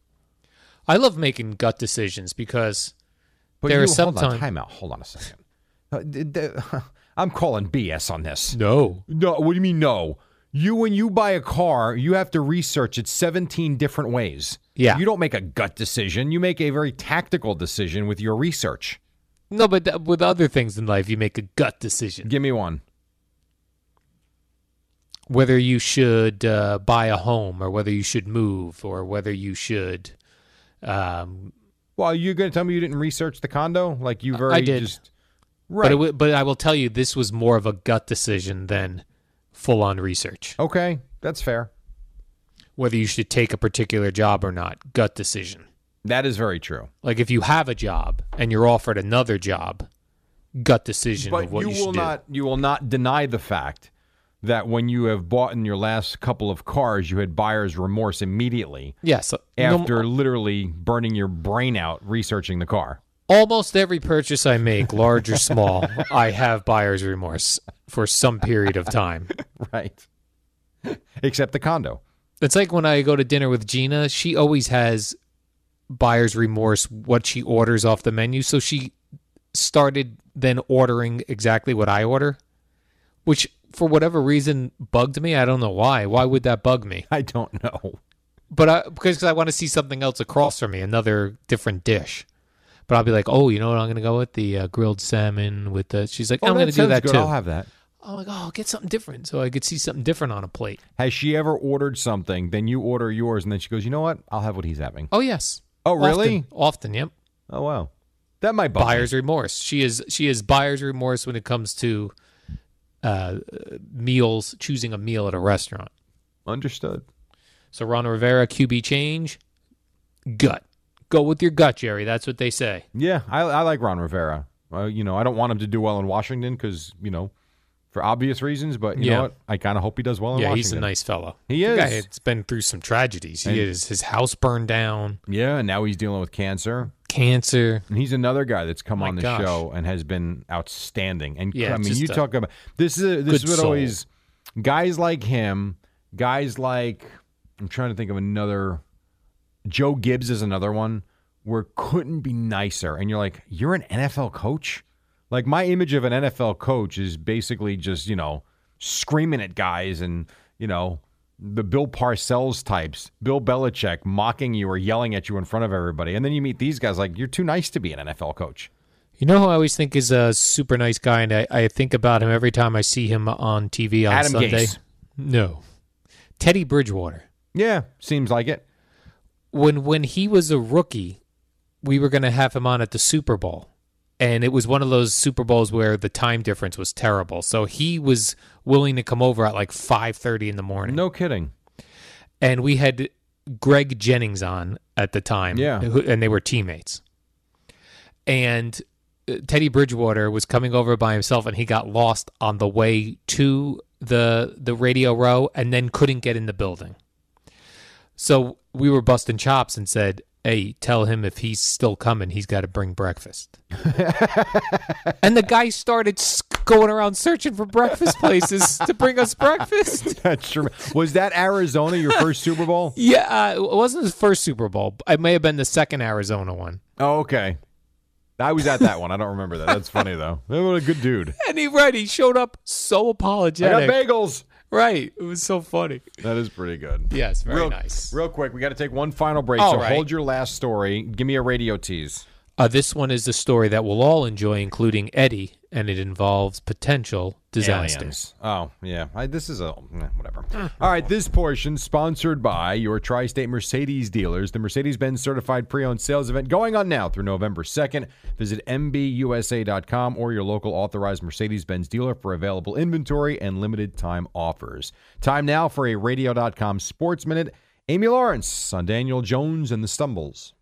Speaker 2: I love making gut decisions because
Speaker 1: But
Speaker 2: there
Speaker 1: you,
Speaker 2: are
Speaker 1: hold
Speaker 2: sometimes
Speaker 1: on, time out. Hold on a second. Uh, d- d- [LAUGHS] I'm calling BS on this.
Speaker 2: No,
Speaker 1: no. What do you mean no? You when you buy a car, you have to research it 17 different ways.
Speaker 2: Yeah.
Speaker 1: You don't make a gut decision. You make a very tactical decision with your research.
Speaker 2: no, but th- with other things in life, you make a gut decision.
Speaker 1: Give me one.
Speaker 2: Whether you should uh, buy a home, or whether you should move, or whether you should. Um,
Speaker 1: well, you're going to tell me you didn't research the condo? Like you very
Speaker 2: I did,
Speaker 1: just
Speaker 2: But,
Speaker 1: Right.
Speaker 2: it w- but I will tell you, this was more of a gut decision than full-on research.
Speaker 1: Okay, that's fair.
Speaker 2: Whether you should take a particular job or not, gut decision.
Speaker 1: That is very true.
Speaker 2: Like if you have a job and you're offered another job, gut decision
Speaker 1: But
Speaker 2: of what
Speaker 1: you,
Speaker 2: you,
Speaker 1: will
Speaker 2: should do.
Speaker 1: not you will not deny the fact that when you have bought in your last couple of cars, you had buyer's remorse immediately.
Speaker 2: Yes, uh, no-
Speaker 1: After literally burning your brain out researching the car.
Speaker 2: Almost every purchase I make, large or small, [LAUGHS] I have buyer's remorse for some period of time.
Speaker 1: [LAUGHS] Right. [LAUGHS] Except the condo.
Speaker 2: It's like when I go to dinner with Gina, she always has buyer's remorse what she orders off the menu. So she started then ordering exactly what I order, which for whatever reason bugged me. I don't know why. Why would that bug me?
Speaker 1: I don't know.
Speaker 2: But I, because I want to see something else across from me, another different dish. But I'll be like, oh, you know what? I'm going to go with the uh, grilled salmon with the. She's like,
Speaker 1: Oh,
Speaker 2: I'm
Speaker 1: that
Speaker 2: going to do
Speaker 1: sounds
Speaker 2: that
Speaker 1: good.
Speaker 2: too.
Speaker 1: I'll have that.
Speaker 2: I'm like, oh, get something different, so I could see something different on a plate.
Speaker 1: Has she ever ordered something? Then you order yours, and then she goes, "You know what? I'll have what he's having."
Speaker 2: Oh yes.
Speaker 1: Oh, really?
Speaker 2: Often, often yep.
Speaker 1: Oh wow, that might bug me.
Speaker 2: buyer's remorse. She is she is buyer's remorse when it comes to uh, meals, choosing a meal at a restaurant.
Speaker 1: Understood.
Speaker 2: So Ron Rivera, QB change, gut. Go with your gut, Jerry. That's what they say.
Speaker 1: Yeah, I, I like Ron Rivera. Uh, you know, I don't want him to do well in Washington because you know, for obvious reasons. But you
Speaker 2: Yeah.
Speaker 1: know what? I kind of hope he does well in
Speaker 2: yeah,
Speaker 1: Washington.
Speaker 2: he's a nice fellow.
Speaker 1: He
Speaker 2: The guy
Speaker 1: is.
Speaker 2: has been through some tragedies. He
Speaker 1: And-
Speaker 2: is his house burned down,
Speaker 1: Yeah, and now he's dealing with cancer.
Speaker 2: cancer.
Speaker 1: And he's another guy that's come
Speaker 2: My
Speaker 1: on the
Speaker 2: gosh.
Speaker 1: show and has been outstanding. And
Speaker 2: Yeah,
Speaker 1: I mean,
Speaker 2: just
Speaker 1: you
Speaker 2: a
Speaker 1: talk about this is a, this
Speaker 2: good
Speaker 1: is what
Speaker 2: soul.
Speaker 1: always guys like him, guys like I'm trying to think of another. Joe Gibbs is another one where couldn't be nicer, and you're like, you're an NFL coach. Like my image of an NFL coach is basically just you know screaming at guys and you know the Bill Parcells types, Bill Belichick mocking you or yelling at you in front of everybody, and then you meet these guys like you're too nice to be an NFL coach.
Speaker 2: You know who I always think is a super nice guy, and I, I think about him every time I see him on TV on
Speaker 1: Adam
Speaker 2: Sunday.
Speaker 1: Gase.
Speaker 2: No, Teddy Bridgewater.
Speaker 1: Yeah, seems like it.
Speaker 2: When when he was a rookie, we were going to have him on at the Super Bowl, and it was one of those Super Bowls where the time difference was terrible. So he was willing to come over at like five thirty in the morning.
Speaker 1: No kidding.
Speaker 2: and we had Greg Jennings on at the time.
Speaker 1: Yeah.
Speaker 2: who- and they were teammates. And uh, Teddy Bridgewater was coming over by himself, and he got lost on the way to the the radio row, and then couldn't get in the building. So we were busting chops and said, "Hey, tell him if he's still coming, he's got to bring breakfast." and the guy started sc- going around searching for breakfast places to bring us breakfast.
Speaker 1: That's true. Was that Arizona your first Super [LAUGHS] Bowl?
Speaker 2: Yeah, uh, it wasn't his first Super Bowl. It may have been the second Arizona one.
Speaker 1: Oh, okay. I was at that one. I don't remember that. That's funny though. What a good dude.
Speaker 2: And he right, he showed up so apologetic.
Speaker 1: I got bagels.
Speaker 2: Right, it was so funny.
Speaker 1: That is pretty good.
Speaker 2: Yes, very
Speaker 1: real,
Speaker 2: nice.
Speaker 1: Real quick, we got to take one final break.
Speaker 2: All
Speaker 1: so
Speaker 2: right.
Speaker 1: hold your last story. Give me a radio tease.
Speaker 2: Uh, this one is the story that we'll all enjoy, including Eddie, and it involves potential disasters.
Speaker 1: Aliens. Oh, yeah. I, this is a eh, whatever. [LAUGHS] All right, this portion sponsored by your Tri-State Mercedes dealers. The Mercedes-Benz Certified Pre-Owned Sales Event going on now through November 2nd. Visit mbusa.com or your local authorized Mercedes-Benz dealer for available inventory and limited time offers. Time now for a radio.com sports minute. Amy Lawrence on Daniel Jones and the Stumbles.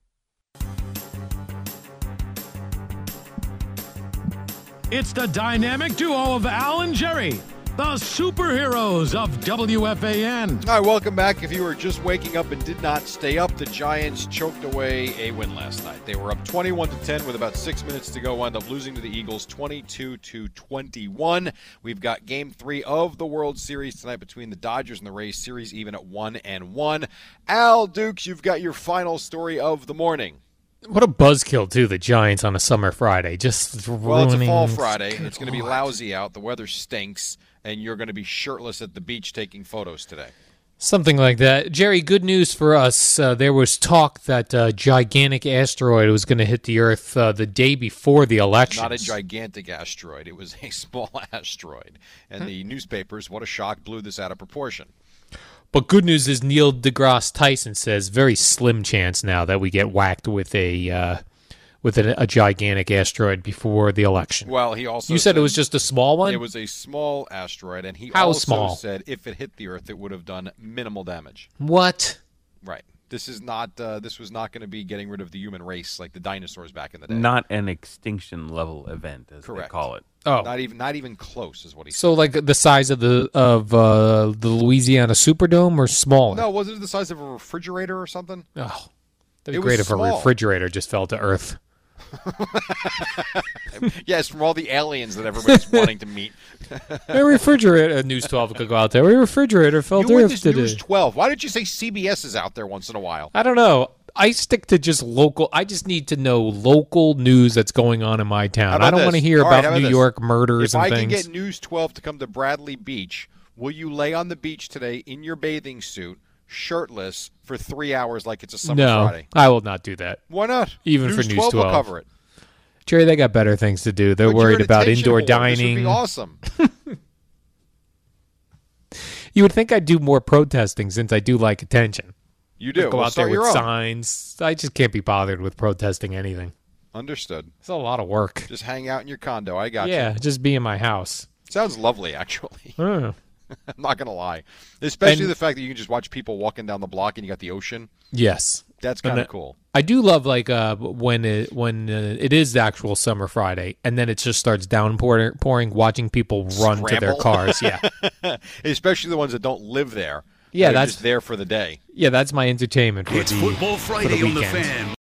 Speaker 8: It's the dynamic duo of Al and Jerry,
Speaker 7: the superheroes of WFAN.
Speaker 1: All right, welcome back. If you were just waking up and did not stay up, the Giants choked away a win last night. They were up 21 to 10 with about six minutes to go. Wound up losing to the Eagles 22 to 21. We've got Game Three of the World Series tonight between the Dodgers and the Rays. Series even at one and one. Al Dukes, you've got your final story of the morning.
Speaker 2: What a buzzkill too! The Giants on a summer Friday, just
Speaker 1: Well, it's a
Speaker 2: ruining-
Speaker 1: fall Friday. It's going to be
Speaker 2: God.
Speaker 1: lousy out. The weather stinks, and you're going to be shirtless at the beach taking photos today.
Speaker 2: Something like that. Jerry, good news for us. Uh, there was talk that a gigantic asteroid was going to hit the Earth uh, the day before the election.
Speaker 1: Not a gigantic asteroid. It was a [LAUGHS] small asteroid. And the newspapers, what a shock, blew this out of proportion.
Speaker 2: But good news is Neil deGrasse Tyson says very slim chance now that we get whacked with a uh, with a, a gigantic asteroid before the election.
Speaker 1: Well, he also
Speaker 2: you said it was just a small one.
Speaker 1: It was a small asteroid, and he
Speaker 2: How
Speaker 1: also
Speaker 2: small?
Speaker 1: said if it hit the Earth, it would have done minimal damage.
Speaker 2: what?
Speaker 1: Right. This is not. Uh, this was not going to be getting rid of the human race like the dinosaurs back in the day.
Speaker 5: Not an extinction level event, as
Speaker 1: Correct.
Speaker 5: they call it.
Speaker 2: Oh.
Speaker 1: Not even. Not even close is what he
Speaker 2: So like the size of the of uh, the Louisiana Superdome or smaller?
Speaker 1: said. No, wasn't it the size of a refrigerator or something?
Speaker 2: Oh,
Speaker 1: It
Speaker 2: That'd be
Speaker 1: was
Speaker 2: great if a
Speaker 1: small.
Speaker 2: refrigerator just fell to Earth.
Speaker 1: yes, from all the aliens
Speaker 2: [LAUGHS]
Speaker 1: that everybody's wanting to meet.
Speaker 2: A refrigerator. News twelve could go out there. A refrigerator fell
Speaker 1: you
Speaker 2: to
Speaker 1: went
Speaker 2: Earth
Speaker 1: to
Speaker 2: today.
Speaker 1: News 12. Why did you say CBS is out there once in a while?
Speaker 2: I don't know. I stick to just local. I just need to know local news that's going on in my
Speaker 1: How
Speaker 2: town.
Speaker 1: about
Speaker 2: I don't
Speaker 1: this?
Speaker 2: want to hear
Speaker 1: All right,
Speaker 2: about
Speaker 1: how
Speaker 2: New
Speaker 1: this?
Speaker 2: York murders
Speaker 1: if
Speaker 2: and
Speaker 1: I
Speaker 2: things.
Speaker 1: can get News 12 to come to Bradley Beach, will you lay on the beach today in your bathing suit, shirtless, for three hours like it's a summer
Speaker 2: no,
Speaker 1: Friday?
Speaker 2: I will not do that.
Speaker 1: Why not?
Speaker 2: Even
Speaker 1: News
Speaker 2: for News
Speaker 1: 12
Speaker 2: 12.
Speaker 1: will cover it.
Speaker 2: Jerry, they got better things to do. They're
Speaker 1: But you're
Speaker 2: worried
Speaker 1: an
Speaker 2: about
Speaker 1: attention
Speaker 2: indoor
Speaker 1: whore. This would
Speaker 2: dining.
Speaker 1: be awesome.
Speaker 2: You would think I'd do more protesting since I do like attention.
Speaker 1: You do.
Speaker 2: I'd go
Speaker 1: Well,
Speaker 2: out there
Speaker 1: start your
Speaker 2: with
Speaker 1: own.
Speaker 2: signs. I just can't be bothered with protesting anything.
Speaker 1: Understood.
Speaker 2: It's a lot of work.
Speaker 1: Just hang out in your condo. I got
Speaker 2: yeah,
Speaker 1: you.
Speaker 2: just be in my house.
Speaker 1: Sounds lovely, actually. [LAUGHS]
Speaker 2: Hmm.
Speaker 1: I'm not going to lie. Especially
Speaker 2: And-
Speaker 1: the fact that you can just watch people walking down the block and you got the ocean.
Speaker 2: Yes,
Speaker 1: That's
Speaker 2: And
Speaker 1: kind of
Speaker 2: I-
Speaker 1: cool. [LAUGHS]
Speaker 2: I do love like uh, when it when uh, it is the actual summer Friday, and then it just starts downpouring, pouring, watching people run to their
Speaker 1: Scramble.
Speaker 9: [LAUGHS]
Speaker 2: cars. Yeah,
Speaker 1: Especially the ones that don't live there.
Speaker 2: Yeah,
Speaker 1: They're
Speaker 2: that's-
Speaker 1: just there for the day.
Speaker 2: yeah, that's my entertainment for
Speaker 9: It's
Speaker 2: the
Speaker 9: Football
Speaker 2: for
Speaker 9: Friday on the
Speaker 2: weekend.
Speaker 9: Fan